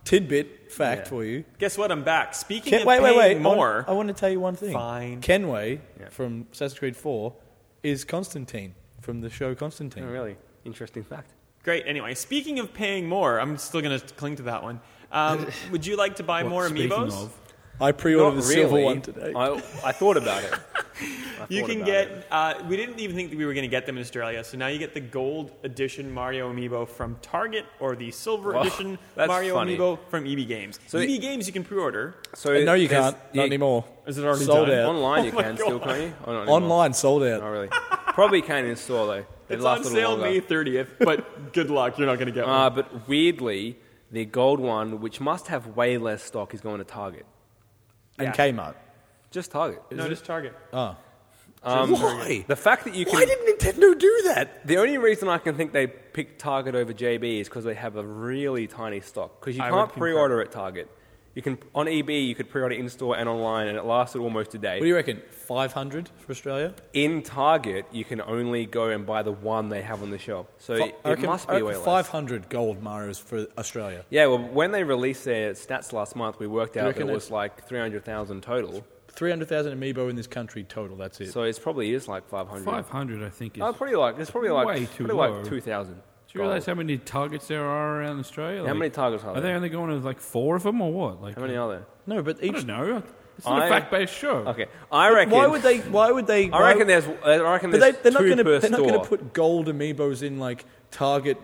Tidbit fact Yeah. for you. Guess what? I'm back. Speaking Ken- of wait, wait, paying wait. Oh, I wanna- more, I, want to tell you one thing. Fine. Kenway Yeah. from Assassin's Creed Four is Constantine from the show Constantine. No, Oh, really. Interesting fact. great. Anyway, speaking of paying more, I'm still going to cling to that one. Um, would you like to buy What, more speaking amiibos? of, I pre-ordered Not the silver really. one today. I, I thought about it. I You thought can about get. it. Uh, we didn't even think that we were going to get them in Australia, so now you get the gold edition Mario amiibo from Target or the silver Wow, edition that's Mario funny. amiibo from EB Games. So EB the- Games you can pre-order. So no, you there's- can't. Not anymore. Is it already Sold done? out. Online you Oh my can still, God. can't you? Oh, not anymore. Oh, Online sold out. Not really. Probably can in store, though. They It's last on a sale little longer. May 30th, but good luck. You're not going to get one. Uh, but weirdly, the gold one, which must have way less stock, is going to Target. And Yeah. Kmart. Just Target. no, just Target. Oh. Um, Why? The fact that you can. Why did Nintendo do that? the only reason I can think they picked Target over JB is because they have a really tiny stock. Because you I can't would concur. pre-order at Target. You can on EB you could pre-order in store and online, and it lasted almost a day. What do you reckon? Five hundred for Australia? in Target, you can only go and buy the one they have on the shelf. So Fi- it I reckon- must I be reckon way less. 500 gold Marios for Australia. Yeah, well, when they released their stats last month, we worked out that reckon it was like three hundred thousand total. 300,000 amiibo in this country total, that's it. So it's probably is like five hundred. 500, I think, is. Oh, probably like it's probably like Way too probably low. like two thousand. do you realize how many targets there are around Australia? How many targets are Are they there? only going to like four of them or what? Like How many are there? no, but I each. don't know. Oh, It's not a I- a fact-based show. Okay, I reckon. Why would they? Why would they? I why- reckon there's. I reckon But there's they, are not two going to. per They're not store. going to put gold amiibos in like Target,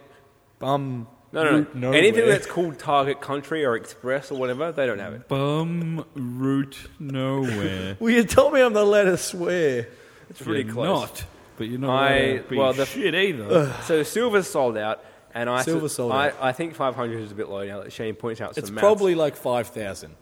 bum No, no, route no. nowhere. Anything that's called Target Country or Express or whatever, they don't have it. Bum route nowhere. Well, you told me I'm not allowed to swear. It's pretty You're close. Not, but you're not. I- allowed to be well, the- shit either. So silver's sold out, and I Silver's sold I, out. I think 500 is a bit low now. That Shane points out some It's maths. probably like 5,000.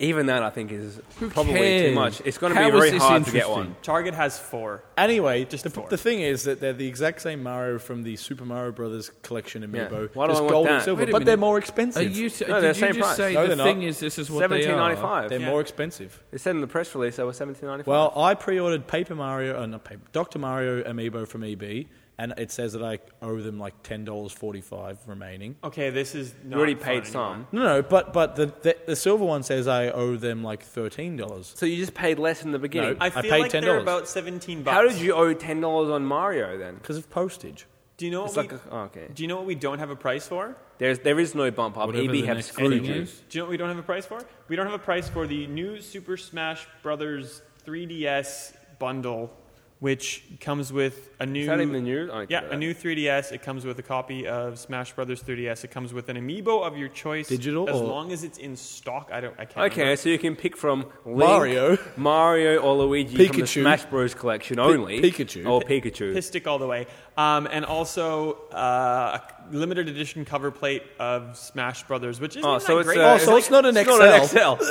even that. I think is Who probably too cares? much. It's going to How be is very this hard to get interesting? one. Target has four. Anyway, Just just the, four. the thing is that they're the exact same Mario from the Super Mario Brothers collection amiibo. Yeah. Why do just I want gold and that? silver, Wait a but they're minute. more expensive. Are you, s- No, they're did same you price. just say No, the they're thing not. is this is what they are? 17.95. they're Yeah. more expensive. It said in the press release they were 17.95. Well, I pre-ordered Paper Mario, uh, not Paper, Doctor Mario amiibo from EB, and it says that I owe them like ten dollars forty-five remaining. Okay, this is not you already fun paid anymore. some, No, no, but but the the, the silver one says I owe them like thirteen dollars. so you just paid less in the beginning. I I feel paid like $10. they're about seventeen bucks. How did you owe ten dollars on Mario then? Because of postage. Do you know? What It's we, like a- oh, okay. Do you know what we don't have a price for? There's there is no bump up. Whatever EB the have next screwed thing you. is. Do you know what we don't have a price for? We don't have a price for the new Super Smash Brothers 3DS bundle, which comes with a new. Is that even new? I don't Yeah, care a about new 3DS. It comes with a copy of Smash Brothers 3DS. It comes with an amiibo of your choice. Digital As or- long as it's in stock. I don't. I can't. Okay, remember. so you can pick from Link, Mario. Mario or Luigi from the Pikachu. Smash Bros. collection only. Pikachu. or Pikachu. Pistic all the way. Um, and also uh, a limited edition cover plate of Smash Brothers, which isn't Oh, that so it's, great. uh, Oh, so it's not an it's XL. not an XL. No, no,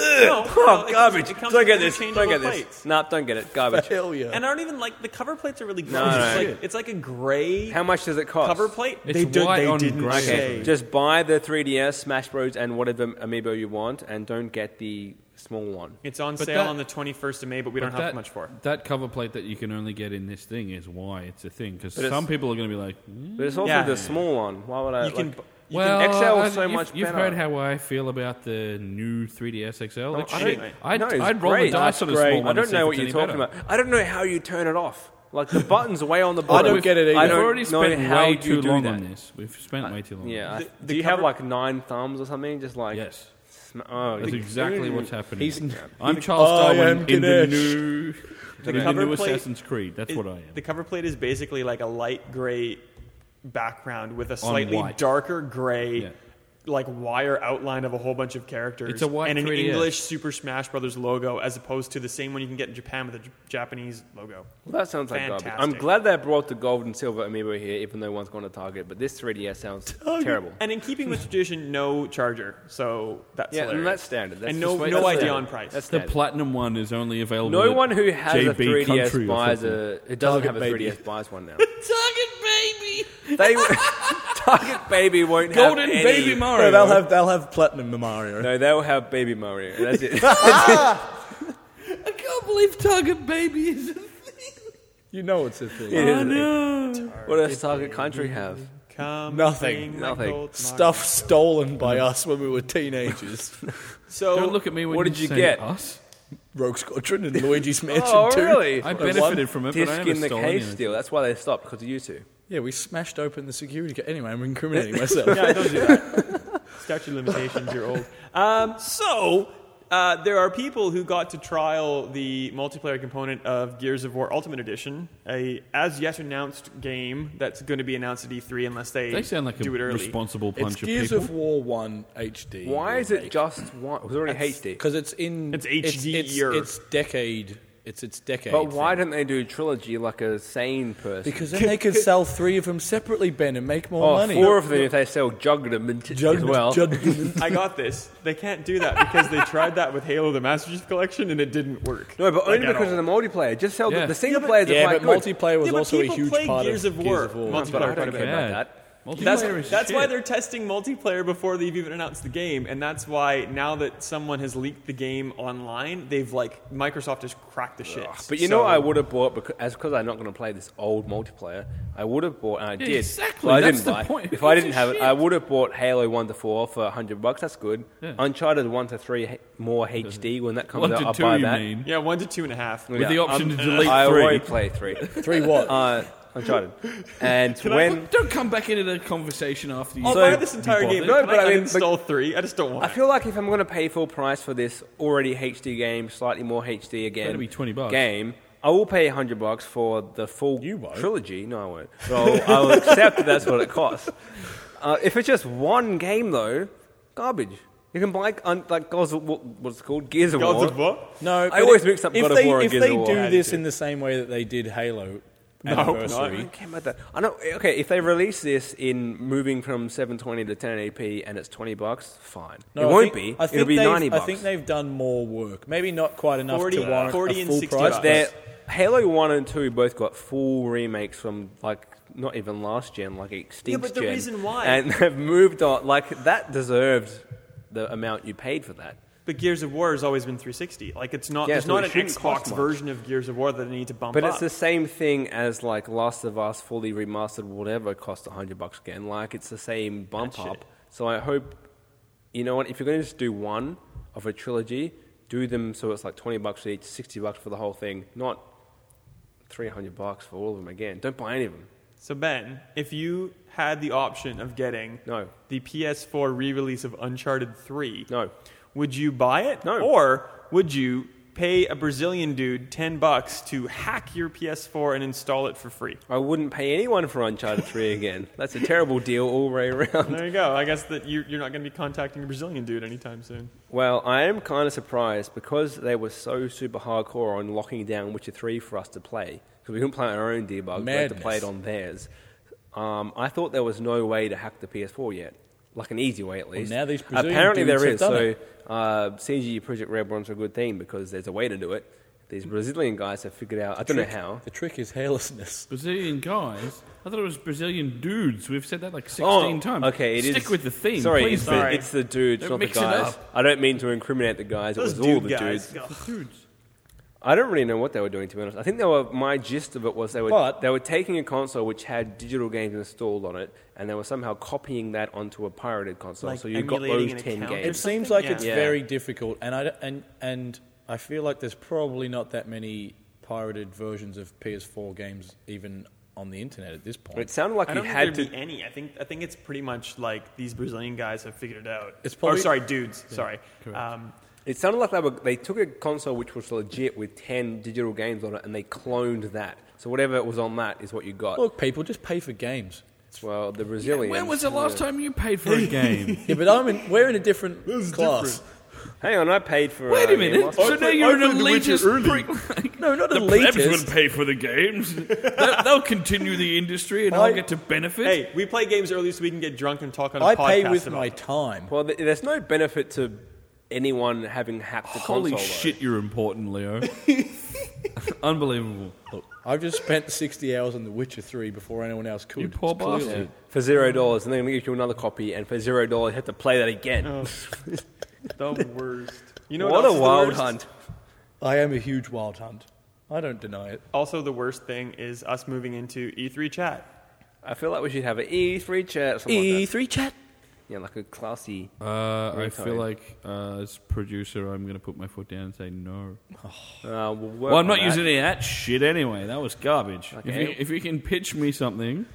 oh, it- garbage. it comes don't with get this. interchangeable Don't get this. plates. No, don't get it. Garbage. Hell yeah! And I don't even like the cover plates are really gross. no, it's, no. like, it's like a gray How much does it cost? cover plate. It's white on gray. Okay, say. just buy the 3DS, Smash Bros, and whatever amiibo you want, and don't get the small one. It's on But sale that- on the 21st of May, but we don't But have that- much for it. That cover plate that you can only get in this thing is why it's a thing. Because But it's- some people are going to be like, "Mm, But it's also Yeah. the small one. Why would I? You can, Uh, like- bu- you well, can, XL is I've- so you've, much you've better. heard how I feel about the new 3DS XL. Like, I shit, don't- I'd, no, it's I'd roll the great. dice on a small great. one. I to don't see if know what it's you're any talking better. about. I don't know how you turn it off. Like the button's way on the I bottom. don't get it either. I We've don't already know spent how way you too do long that. on this. We've spent way too long. Yeah. The- I- the do you have cover- like nine thumbs or something? Just like On this. Yes, sm- oh, that's you- exactly what's happening. He's- I'm Charles Oh, I am Darwin in the Ganesh. new, in the cover new plate Assassin's Creed. That's it- what I am. The cover plate is basically like a light gray background with a slightly white. darker gray. Yeah. Like wire outline of a whole bunch of characters, It's a white and an 3DS. English Super Smash Brothers logo, as opposed to the same one you can get in Japan with a J- Japanese logo. Well, that sounds like garbage. I'm Fantastic. glad they brought the gold and silver amiibo here, even though one's gone to Target. But this 3DS sounds terrible. And in keeping with tradition, no charger, so that's Yeah, and hilarious. that's standard. That's and just no, way- no that's idea standard. on price. That's The standard. platinum one is only available. no at one who has a JB 3DS Country or buys something. a. It doesn't Target have a baby. 3DS buys one now. Target baby. They Target baby won't golden have any- baby Mario. No, they'll have they'll have platinum Mario. No, they'll have baby Mario. That's it. I can't believe Target Baby is a thing. You know it's a thing. Here's I the thing. know. what does Target Country have? Come sing Nothing. my Nothing. gold Stuff stolen by us when we were teenagers. So Don't look at me when Oh, What did you say get? Us. Rogue Squadron and Luigi's Mansion Oh, 2. really? I Well, benefited from it, but I Disc never in the stolen case anything. deal. That's why they stopped because of you two. Yeah, we smashed open the security. Ca- anyway, I'm incriminating myself. Yeah, don't do that. Statute of limitations, you're old. Um, so, uh, there are people who got to trial the multiplayer component of Gears of War Ultimate Edition, a as yet announced game that's going to be announced at E3 unless they, They sound like a do it early. responsible It's bunch of Gears people. of War 1 HD. Why is it just one? It was already HD. Because it's in It's HD It's, year. it's decade. It's its decade. But why thing. didn't they do trilogy like a sane person? Because then they could sell three of them separately, Ben, and make more oh, money. four of them if they sell Juggernaut as well. I got this. They can't do that because they tried that with Halo the Master Chief Collection and it didn't work. no, but Like, only at because all. of the multiplayer. Just sell Yeah. the, the single players are yeah, quite but good. multiplayer was Yeah, but also a people huge play part Gears of, of War. Gears of War. Multi- But I Multiplayer don't quite a care bit. about Yeah. that. Multiplayer That's, is that's shit. why they're testing multiplayer before they've even announced the game, and that's why now that someone has leaked the game online, they've like Microsoft has cracked the shit. But you know, what I would have bought because as because I'm not going to play this old multiplayer. I would have bought, and I did. exactly, but I that's didn't the buy. it. point. If I It's didn't a have it, shit. I would have bought Halo One to Four for hundred bucks. That's good. Yeah. Uncharted One to Three h- more HD when that comes One out. to I'll two, buy you that. mean? yeah, one to two and a half. Yeah. With the option Um, to delete I three. already play three. Three what? Uh, Uncharted, and when. Don't come back into the conversation after you. I'll So- buy this entire game. No, Can but I, I mean, install three. I just don't want. I it. feel like if I'm going to pay full price for this already HD game, slightly more HD again, That'd be 20 bucks. game, I will pay hundred bucks for the full You won't. trilogy. No, I won't. So I'll, I'll accept that that's what it costs. Uh, if it's just one game, though, garbage. You can buy un, like Gods of, what, what's it called Gears of Gods War. of War? No, I but always if- mix up if God of they, War and If Gears they of War. do I this in the same way that they did Halo I anniversary, don't care about that. I know. Okay, if they release this in moving from 720 to 1080p and it's 20 bucks, fine. No, it I won't think- be. I It'll think be they've- 90 bucks. I think they've done more work. Maybe not quite enough 40 to warrant 40 a and full 60 price. bucks. They're, Halo 1 and 2 both got full remakes from, like, not even last gen, like, extinct Yeah, but the gen. reason why- And they've moved on. Like, that deserved the amount you paid for that. But Gears of War has always been 360. Like it's not Yeah, there's so not it an shouldn't cost Xbox much. version of Gears of War that I need to bump But up. it's the same thing as, like, Last of Us fully remastered, whatever, cost 100 bucks again. Like, it's the same bump That shit. up. So I hope, you know what, if you're going to just do one of a trilogy, do them so it's like 20 bucks each, 60 bucks for the whole thing, not 300 bucks for all of them again. Don't buy any of them. so Ben, if you had the option of getting No. the PS4 re-release of Uncharted 3, No. would you buy it? No. Or would you pay a Brazilian dude 10 bucks to hack your PS4 and install it for free? I wouldn't pay anyone for Uncharted 3 again. That's a terrible deal all the way around. There you go. I guess that you you're not going to be contacting a Brazilian dude anytime soon. Well, I am kind of surprised because they were so super hardcore on locking down Witcher 3 for us to play. Because we couldn't play on our own debug, we had to Madness. play it on theirs. Um, I thought there was no way to hack the PS4 yet. Like an easy way, at least. now these Brazilian Apparently there is. dudes have done So uh, CG Project Red runs a good thing because there's a way to do it. These Brazilian guys have figured out, I don't know how. The trick is hairlessness. Brazilian guys. I thought it was Brazilian dudes. We've said that like Oh, sixteen times. Okay, it is. Stick with the theme, Sorry, please. it's, Sorry. The, it's the dudes, Don't not the mix it guys. up. I don't mean to incriminate the guys. Those it was all dude the guys. dudes. Ugh. Dudes. I don't really know what they were doing to be honest. I think they were. My gist of it was they were But- they were taking a console which had digital games installed on it, and they were somehow copying that onto a pirated console. Like so you got emulating those an ten account? games. It It's- something? seems like Yeah. it's Yeah. very difficult, and I d- and and I feel like there's probably not that many pirated versions of PS4 games even on the internet at this point. it sounded like I you don't think had to. there'd be any. I think I think it's pretty much like these Brazilian guys have figured it out. It's probably- or sorry, dudes. sorry. Um, It sounded like they, were, they took a console which was legit with ten digital games on it, and they cloned that. So whatever was on that is what you got. Look, people just pay for games. well, the Brazilians. When was the last time you paid for a game? Yeah, but I'm in, we're in a different class. Hang on, I paid for. Wait uh, a minute. Last- So now you're an open the Witcher elitist early. prick. No, not the elitist. plebs will pay for the games. they'll, they'll continue the industry, and I- I'll get to benefit. hey, we play games early so we can get drunk and talk on a I podcast. pay with about my it. time. Well, th- there's no benefit to anyone having hacked the Holy console. though. shit, you're important, Leo. Unbelievable. I've just spent 60 hours on The Witcher 3 before anyone else could. You poor Clearly. bastard. For zero dollars, and they're gonna give you another copy, and for zero dollars, you have to play that again. the worst. You know what else is a the wild worst? hunt! I am a huge wild hunt. I don't deny it. Also, the worst thing is us moving into E3 chat. I feel like we should have an E3 chat. Or something E E like that. chat. yeah, like a classy. Uh, I tired. feel like uh, as producer, I'm going to put my foot down and say no. Uh, we'll work Well, I'm on not that. using any of that shit anyway. That was garbage. Okay. If, you, if you can pitch me something,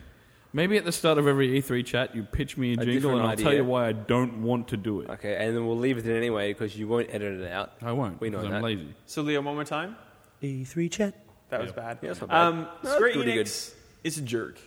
maybe at the start of every E3 chat, you pitch me a, jingle, different and I'll tell idea. you why I don't want to do it. Okay, and then we'll leave it in anyway because you won't edit it out. I won't. We know 'cause that. I'm lazy. So, Leo, one more time. E3 chat. That was bad. Yeah, that's not bad. Um, That's Square pretty good. Enix is a jerk.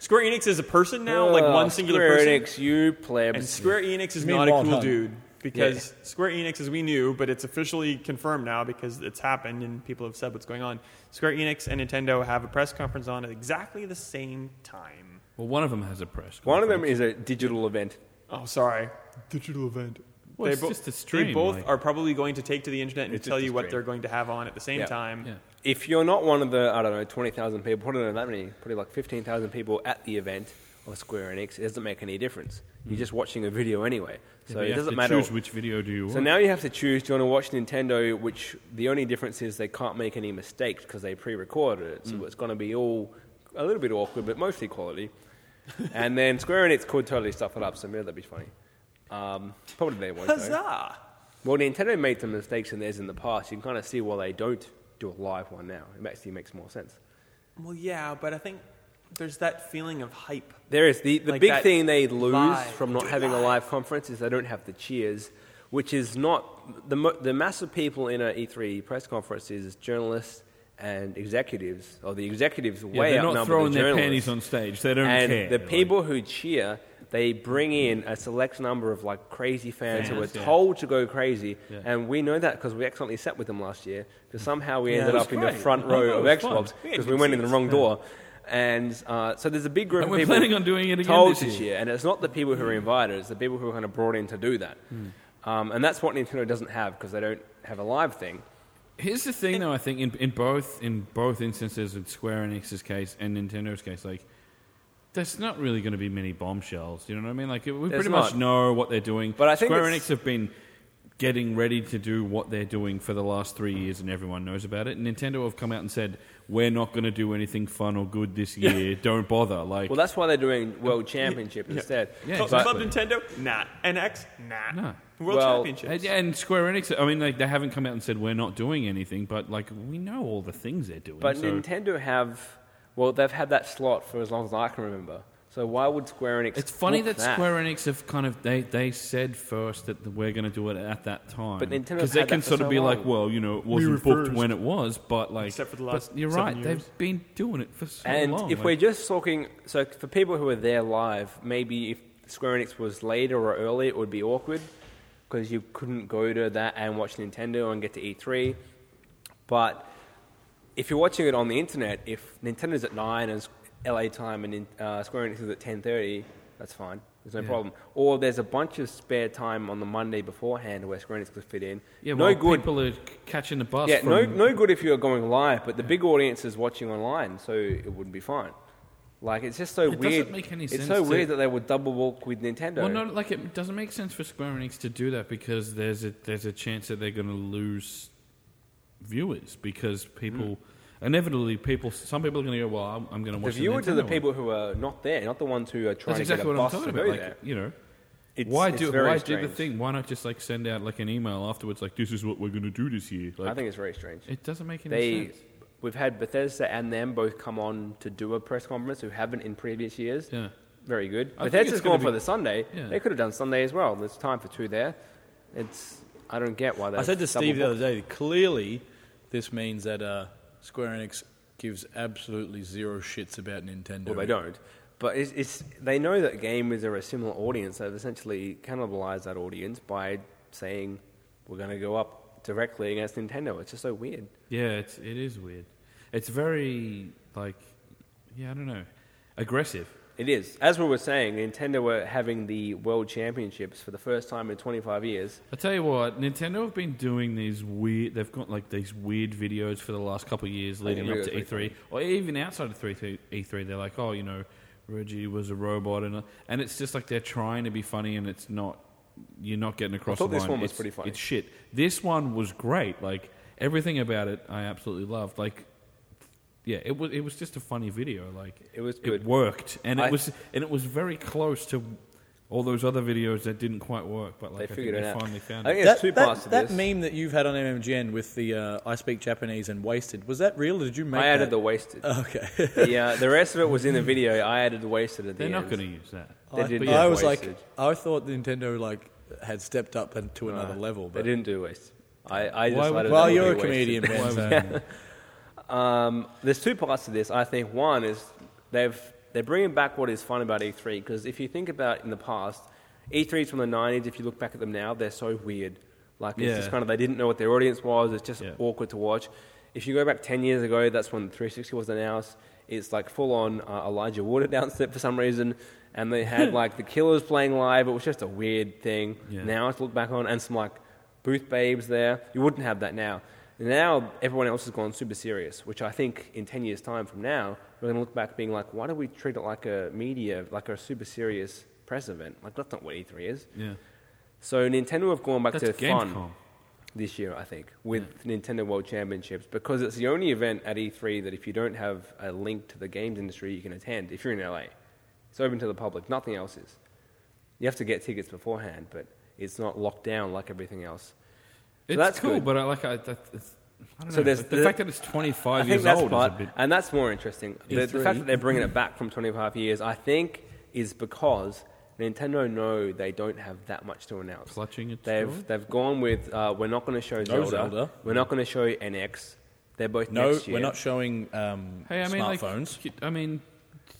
Square Enix is a person now, like one singular Oh, Square person. Enix, you And plebs. Square Enix is Me not a and Wild cool Hunt. dude because Square Enix, as we knew, but it's officially confirmed now because it's happened and people have said what's going on. Square Enix and Nintendo have a press conference on at exactly the same time. Well, one of them has a press. One of them conference. is a digital event. Oh, sorry. Digital event. Well, it's just a they stream, both like- are probably going to take to the internet and It's tell just a you what stream. they're going to have on at the same Yeah. time. Yeah. If you're not one of the, I don't know, 20,000 people, probably not that many, probably like 15,000 people at the event of Square Enix, it doesn't make any difference. You're just watching a video anyway. So Hmm. But you it have doesn't to matter. Choose which video do you want? So now you have to choose do you want to watch Nintendo, which the only difference is they can't make any mistakes because they pre recorded it. Hmm. So it's going to be all a little bit awkward, but mostly quality. and then Square Enix could totally stuff it up, so maybe that'd be funny. Um, probably they won't. though. Huzzah! Well, Nintendo made some mistakes in theirs in the past. You can kind of see why they don't do a live one now. It actually makes more sense. Well, yeah, but I think there's that feeling of hype. There is the, the Like big that thing they lose live, from not do having a live. live conference is they don't have the cheers, E which is not the mo- the mass of people in a E3 press conference is journalists and executives, or the executives Yeah, way they're not outnumber the throwing their journalists. panties on stage. They don't and care. the Like, people who cheer, they bring in a select number of like crazy fans, who Fans, were yeah. told to go crazy, Yeah. and we know that because we accidentally sat with them last year. Because somehow we Yeah, ended it was up in the great. front I know, row of it was fun. Xbox We because we didn't went see in the this. wrong door. And uh, so there's a big group And of we're people planning on doing it again told this to year. Mm. cheer, and it's not the people who are invited; it's the people who are kind of brought in to do that. Um, and that's what Nintendo doesn't have because they don't have a live thing. Here's the thing, though. I think in, in both in both instances, in Square Enix's case and Nintendo's case, like there's not really going to be many bombshells. You know what I mean? Like we pretty much not. know what they're doing. But I think Square it's- Enix have been getting ready to do what they're doing for the last three years, and everyone knows about it. Nintendo have come out and said we're not going to do anything fun or good this year. Don't bother. Like Well, that's why they're doing World Championship instead. Yeah, Club, exactly. Club Nintendo? Nah. NX? Nah. No. World Well, Championships. And, and Square Enix, I mean, like they haven't come out and said we're not doing anything, but like we know all the things they're doing. But so- Nintendo have, well, they've had that slot for as long as I can remember. So why would Square Enix? It's funny book that, Square Enix have kind of they, they said first that the- we're going to do it at that time, But Nintendo's because they had can that for sort of so be like, long. well, you know, it wasn't booked when it was, but like, Except for the but last you're seven right, years. they've been doing it for so And long. if like- we're just talking, so for people who are there live, maybe if Square Enix was later or early, it would be awkward because you couldn't go to that and watch Nintendo and get to E3. But if you're watching it on the internet, if Nintendo's at nine and s- LA time and uh, Square Enix is at ten thirty, that's fine. There's no Yeah. problem. Or there's a bunch of spare time on the Monday beforehand where Square Enix could fit in. yeah, no well, good. people are c- catching the bus. yeah, from, no, no good if you're going live, but the big audience is watching online, so it would be fine. Like it's just so doesn't weird. make any it's sense so to- weird that they would double walk with Nintendo. Well, no, like it doesn't make sense for Square Enix to do that because there's a there's a chance that they're going to lose viewers because people inevitably people some people are going to go, well, I'm, I'm going to Hmm. the watch viewers are the Nintendo one." people who are not there, not the ones who are trying That's to exactly get what a I'm bus talking to about. go Like, there. you know, It's- why it's do very why do strange. the thing? Why not just like send out like an email afterwards? Like this is what we're going to do this year. Like, I think it's very strange. it doesn't make any They, sense. we've had Bethesda and them both come on to do a press conference who haven't in previous years. Yeah. Very good. I think Bethesda's it's gonna gone for be- the Sunday. Yeah. They could have done Sunday as well. There's time for two there. It's I don't get why they. I said to Steve the other day, clearly, this means that uh, Square Enix gives absolutely zero shits about Nintendo. Well, they don't. But it's, it's they know that gamers are a similar audience. They've essentially cannibalized that audience by saying we're going to go up directly against Nintendo. It's just so weird. Yeah, it's it is weird. It's very like yeah, I don't know, aggressive. It is. As we were saying, Nintendo were having the World Championships for the first time in 25 years. I tell you what, Nintendo have been doing these weird. They've got like these weird videos for the last couple of years leading every up to year E3, it's like or even outside of 3 E3. They're like, oh, you know, Reggie was a robot, and and it's just like they're trying to be funny, and it's not. You're not getting across. thought the this line. one was It's- pretty funny. It's shit. This one was great. Like everything about it, I absolutely loved. Like. Yeah, it was it was just a funny video. Like It was good. It worked, and I- it was and it was very close to all those other videos that didn't quite work. But like I think figured it they out. finally found I it. think there's two that, parts to that this. meme that you've had on MMGN with the uh, I speak Japanese and wasted was that real? Or did you make? I added the that? wasted. Okay. the, uh, the rest of it was in the video. I added the wasted at the They're end. not going to use that. They I, did I have was wasted. like, I thought Nintendo like had stepped up and to another level, Uh, They but didn't do wasted. I, I Why would- decided well, that you're a would be wasted. comedian, Why man. would so- they? Um, there's two parts to this. I think one is they've they're bringing back what is fun about E3 because if you think about in the past, E3s from the '90s. If you look back at them now, they're so weird. Like it's Yeah. just kind of they didn't know what their audience was. It's just Yeah. awkward to watch. If you go back ten years ago, that's when 360 was announced. It's like full on uh, Elijah Wood announced it for some reason, and they had like the Killers playing live. It was just a weird thing. Yeah. Now now to look back on, and some like booth babes there. You wouldn't have that now. Now everyone else has gone super serious, which I think in ten years' time from now we're going to look back being like, why do we treat it like a media, like a super serious press event? Like that's not what E3 is. Yeah. So Nintendo have gone back That's to Gamescom. fun this year, I think, with Nintendo World Championships because it's the only event at E3 that if you don't have a link to the games industry, you can attend if you're in LA. It's open to the public. Nothing else is. You have to get tickets beforehand, but it's not locked down like everything else. So It's that's cool, good. but I like I, that, it's- I don't So know. there's like, the, the- fact that it's 25 I think years that's old part, is a bit. E and that's more interesting. The, the fact that they're bringing it back from 25 years, I think, is because Nintendo know they don't have that much to announce. Clutching its they've pearls? they've gone with uh, we're not going to show Zelda. Zelda. We're not going to show NX. They're both No, next year. we're not showing um, Hey, I mean, like, smartphones. I mean,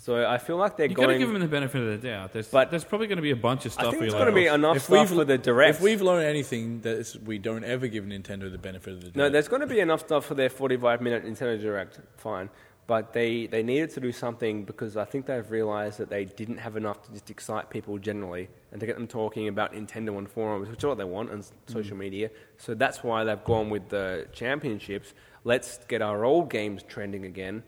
So I feel like they're you got to going. give them the benefit of the doubt. There's, But- there's probably going to be a bunch of stuff. I think where it's you're going to like, be "Oh, enough stuff for the direct. If we've learned anything, that is, we don't ever give Nintendo the benefit of the doubt. No, there's going to be enough stuff for their 45 minute Nintendo Direct, fine. But they, they needed to do something because I think they've realized that they didn't have enough to just excite people generally and to get them talking about Nintendo on forums, which is what they want, and s- Mm. social media. So that's why they've gone with the championships. Let's get our old games trending again.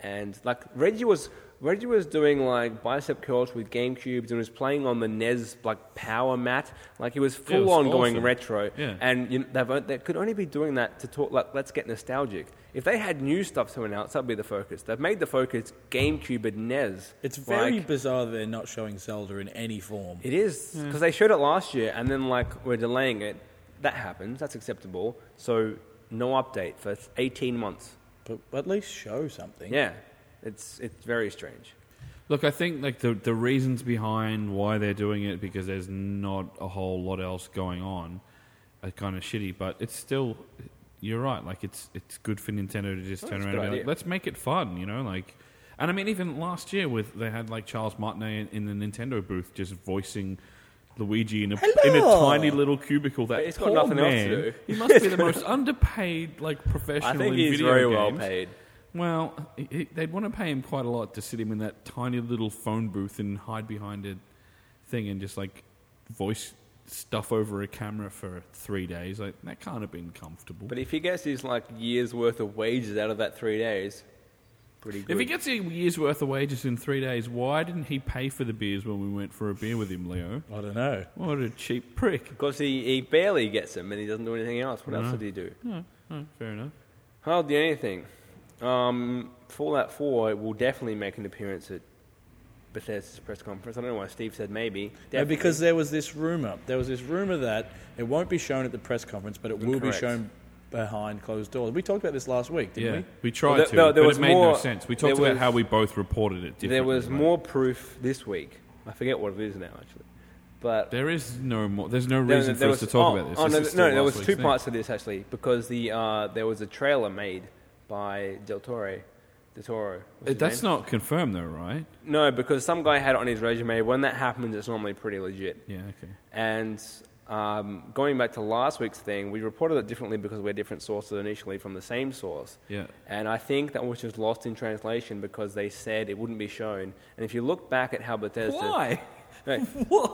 And like Reggie was Reggie was doing like bicep curls with Game Cubes and was playing on the NES like power mat. Like he was Yeah, it full was on going awesome. retro. Yeah. And you know, they've, on- they could only be doing that to talk, like, let's get nostalgic. If they had new stuff to announce, that'd be the focus. They've made the focus GameCube and NES. It's very Like, bizarre that they're not showing Zelda in any form. it is. Because they showed it last year and then, like, we're delaying it. That happens. That's acceptable. So, no update for 18 months. But, but at least show something. Yeah. It's, it's very strange. Look, I think like the the reasons behind why they're doing it because there's not a whole lot else going on are kind of shitty, but it's still you're right. Like it's it's good for Nintendo to just Oh, turn that's a good around and be idea. like, let's make it fun, you know, like. And I mean, even last year with they had like Charles Martinet in, in the Nintendo booth just voicing. Luigi in a, in a Hello. tiny little cubicle. That But it's got poor nothing else to man, do. He must be the most underpaid, like professional. I think in he's video very games. well paid. Well, he- he- they'd want to pay him quite a lot to sit him in that tiny little phone booth and hide behind a thing and just like voice stuff over a camera for three days. Like that can't have been comfortable. But if he gets his, like, year's worth of wages out of that three days, pretty good. if he gets a year's worth of wages in three days, why didn't he pay for the beers when we went for a beer with him, Leo? I don't know. What a cheap prick! Because he, he barely gets them and he doesn't do anything else. What Mm-hmm. else did he do? No, no, fair enough. Hardly anything. Um, Fallout 4 will definitely make an appearance at Bethesda's press conference. I don't know why Steve said maybe. No, Definitely. because there was this rumor. There was this rumor that it won't be shown at the press conference, but it will Correct. be shown behind closed doors. We talked about this last week, didn't yeah, we? we tried Well, there- to, there- there but was it made more- no sense. We there talked about was- how we both reported it. Differently, there was right? more proof this week. I forget what it is now, actually. But There is no more. There's no there- reason there for was- us to talk oh, about this. Oh, This no, is still no, there last was week's two thing. parts to this actually because the uh, there was a trailer made by Del Torre. Del Toro. was Uh, his That's name. not confirmed though, right? No, because some guy had it on his resume. When that happens, it's normally pretty legit. Yeah, okay. And um, going back to last week's thing, we reported it differently because we're different sources initially from the same source. Yeah. And I think that was just lost in translation because they said it wouldn't be shown. And if you look back at how Bethesda. No,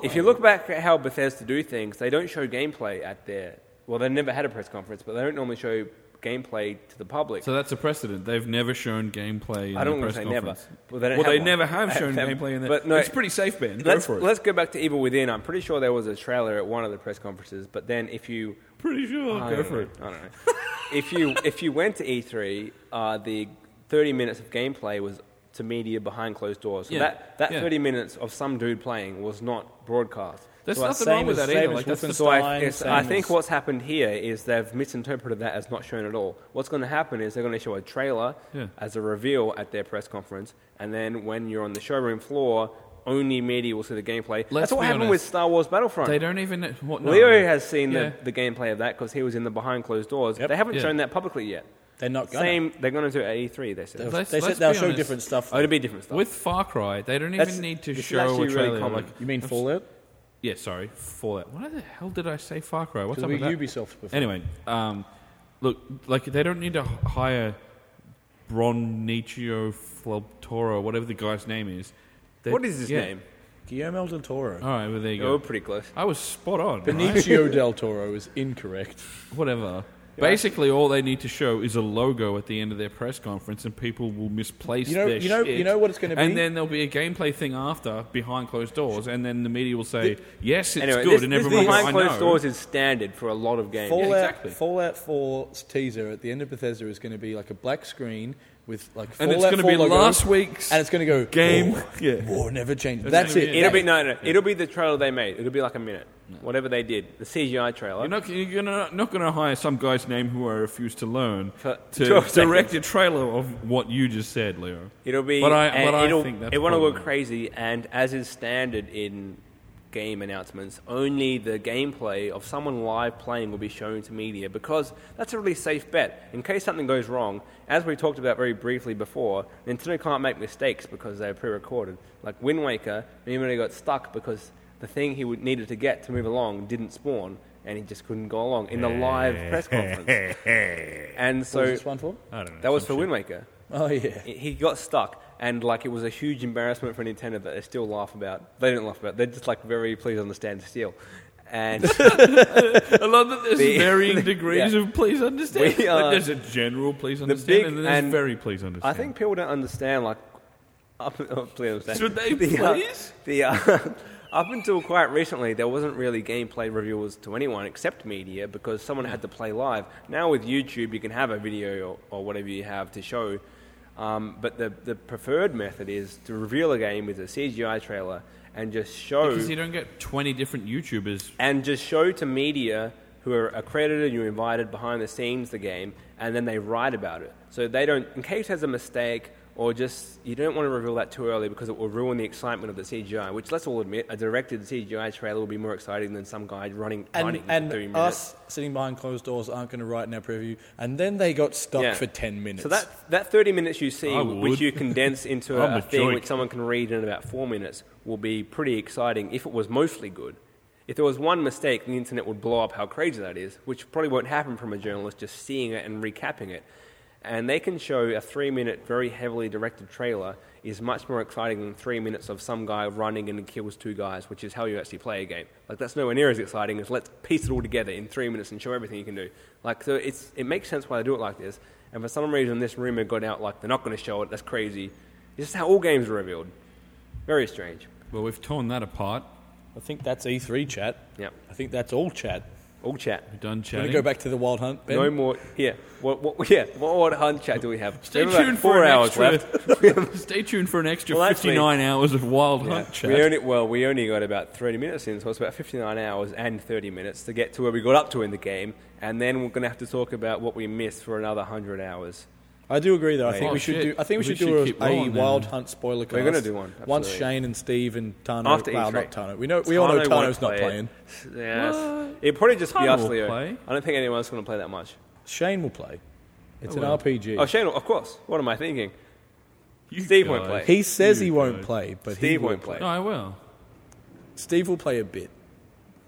If you look back at how Bethesda do things, they don't show gameplay at their. Well, they never had a press conference, but they don't normally show gameplay to the public. So that's a precedent. They've never shown gameplay. In I don't the want press to say never. conference. Well, they, don't Well, have they one. never have shown They- gameplay in there. But no, it's pretty safe, Ben. Go Let's, for it. let's go back to Evil Within. I'm pretty sure there was a trailer at one of the press conferences, but then if you pretty sure. I go don't for know. it. I don't know. if you if you went to E3, uh, the 30 minutes of gameplay was to media behind closed doors. So Yeah. that that Yeah. 30 minutes of some dude playing was not broadcast. There's so I- nothing same wrong with as- that same either. as Like that's the Wolfenstein. so I, yes, same I think as- what's happened here is they've misinterpreted that as not shown at all. What's going to happen is they're going to show a trailer Yeah. as a reveal at their press conference, and then when you're on the showroom floor, only media will see the gameplay. Let's That's what be happened honest. with Star Wars Battlefront. they don't even. What, no, Leo no. has seen Yeah. the, the gameplay of that because he was in the behind closed doors. Yep. They haven't Yeah. shown that publicly yet. They're not going. Same, they're going to do it at E3. They said. Let's- they said let's they'll be show honest. different stuff. oh, it'll be different stuff. With Far Cry, they don't That's- even need to this is show actually a really trailer. common. like, you mean I'm s- Fallout? Yeah, sorry, Fallout. Why the hell did I say Far Cry? What's Because up we with that? Ubisoft before. Anyway, um, look, like they don't need to h- hire Bronicio Flobtoro, whatever the guy's name is. They- what is his yeah. name? Guillermo del Toro. All right, well there you Oh, go. pretty close. I was spot on. right? Benicio del Toro is incorrect. Whatever. Basically, all they need to show is a logo at the end of their press conference, and people will misplace You know- their you know- shit. you know what it's gonna be? And then there'll be a gameplay thing after behind closed doors, and then the media will say, "Yes, it's Anyway, good," this, and this everyone will behind I closed know. doors is standard for a lot of games. Fallout, exactly. Fallout 4's teaser at the end of Bethesda is going to be like a black screen with like And it's Fallout gonna 4 be logo, last week's and it's going to go game. War, Yeah. war never changes. That's, That's gonna it. be It'll be no, no. It'll be the trailer they made. It'll be like a minute. Whatever they did, the CGI trailer. You're not, you're gonna, not going to hire some guy's name who I refuse to learn For to 12 direct a trailer of what you just said, Leo. it'll be. But I, and but I it'll, think that's it won't probably- look crazy. And as is standard in game announcements. Only the gameplay of someone live playing will be shown to media because that's a really safe bet. In case something goes wrong, as we talked about very briefly before, Nintendo can't make mistakes because they're pre recorded. Like Wind Waker, Miyamoto got stuck because the thing he would- needed to get to move along didn't spawn and he just couldn't go along in the live press conference. And so What was this one for? I don't know. that was for some Wind Waker Oh yeah. he got stuck and like it was a huge embarrassment for Nintendo that they still laugh about. They didn't laugh about. it. They're just like very please understand still. And shit. I love that there's The- varying degrees yeah. of please understand. We Like, are- there's a general please understand, big and then there's and- very please understand. I think people don't understand like up, up please understand. Should they uh, please? the uh, up until quite recently there wasn't really gameplay reviewers to anyone except media because someone had to play live. Now with YouTube you can have a video or, or whatever you have to show. Um, but the, the preferred method is to reveal a game with a CGI trailer and just show because you don't get 20 different YouTubers. and just show to media who are accredited, you're invited behind the scenes the game, and then they write about it. So they don't, in case there's a mistake or just you don't want to reveal that too early because it will ruin the excitement of the CGI. Which let's all admit, a directed CGI trailer will be more exciting than some guy running And, running for 30 and minutes. us sitting behind closed doors aren't going to write in our preview. And then they got stuck Yeah. for ten minutes. So that, that 30 minutes you see, I would. which you condense into I'm a, a thing joik. which someone can read in about four minutes, will be pretty exciting if it was mostly good. If there was one mistake, the internet would blow up how crazy that is, which probably won't happen from a journalist just seeing it and recapping it. And they can show a three minute, very heavily directed trailer is much more exciting than three minutes of some guy running and kills two guys, which is how you actually play a game. Like, that's nowhere near as exciting as let's piece it all together in three minutes and show everything you can do. Like, so it's, it makes sense why they do it like this. And for some reason, this rumor got out like they're not going to show it. That's crazy. It's just how all games are revealed. Very strange. Well, we've torn that apart. I think that's E3 chat. Yep. I think that's all chat. All chat. We've done We're chatting. going to go back to the wild hunt. Ben? No more. Yeah. What, what, yeah. What, what hunt chat do we have? Stay We have about tuned four for an hours extra, left. Stay tuned for an extra Well, actually- 59 hours of Wild Hunt Yeah. chat. We only, well, we only got about 30 minutes in, so it's about 59 hours and 30 minutes to get to where we got up to in the game. And then we're going to have to talk about what we missed for another 100 hours. I do agree though. I Oh, think we should do. shit. I think we, We should, should do keep a, a rolling then. Wild Hunt spoiler cast. We're gonna do one, once absolutely. Shane and Steve and Tano. After well, E3. not Tano. We know. We all know Tano won't Tano's play not it. playing. Yes. What? It'd probably just be Tano us, will Leo. play. I don't think anyone else is going to play that much. Shane will play. It's an well. RPG. Oh, Shane, of course. What am I thinking? You Steve won't guys. play. he says he You won't guys. play, but he Steve will won't play. No, I will. Steve will play a bit.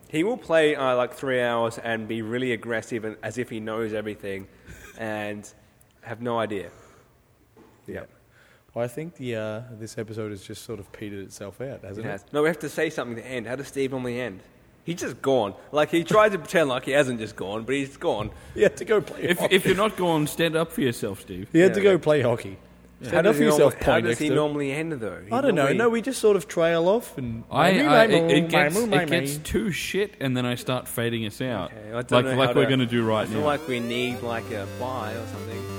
He will play uh, like three hours and be really aggressive and as if he knows everything and have no idea. Yeah. Well, I think the uh, this episode has just sort of petered itself out, It hasn't it? has. No, we have to say something to end. How does Steve normally end? He's just gone. Like, he tried to pretend like he hasn't just gone, but he's gone. He had to go play. If, hockey. if you're not going, stand up for yourself, Steve. he had to Yeah, go yeah. play hockey. How Stand up does for he yourself, norm- How does he Poindexter. normally end, though? He I don't know. normally- No, we just sort of trail off and I, I it, it gets My- my- it gets my- too shit, and then I start fading us out, Okay, I don't like know like how we're to- going to do right I feel now. like we need, like, a buy or something.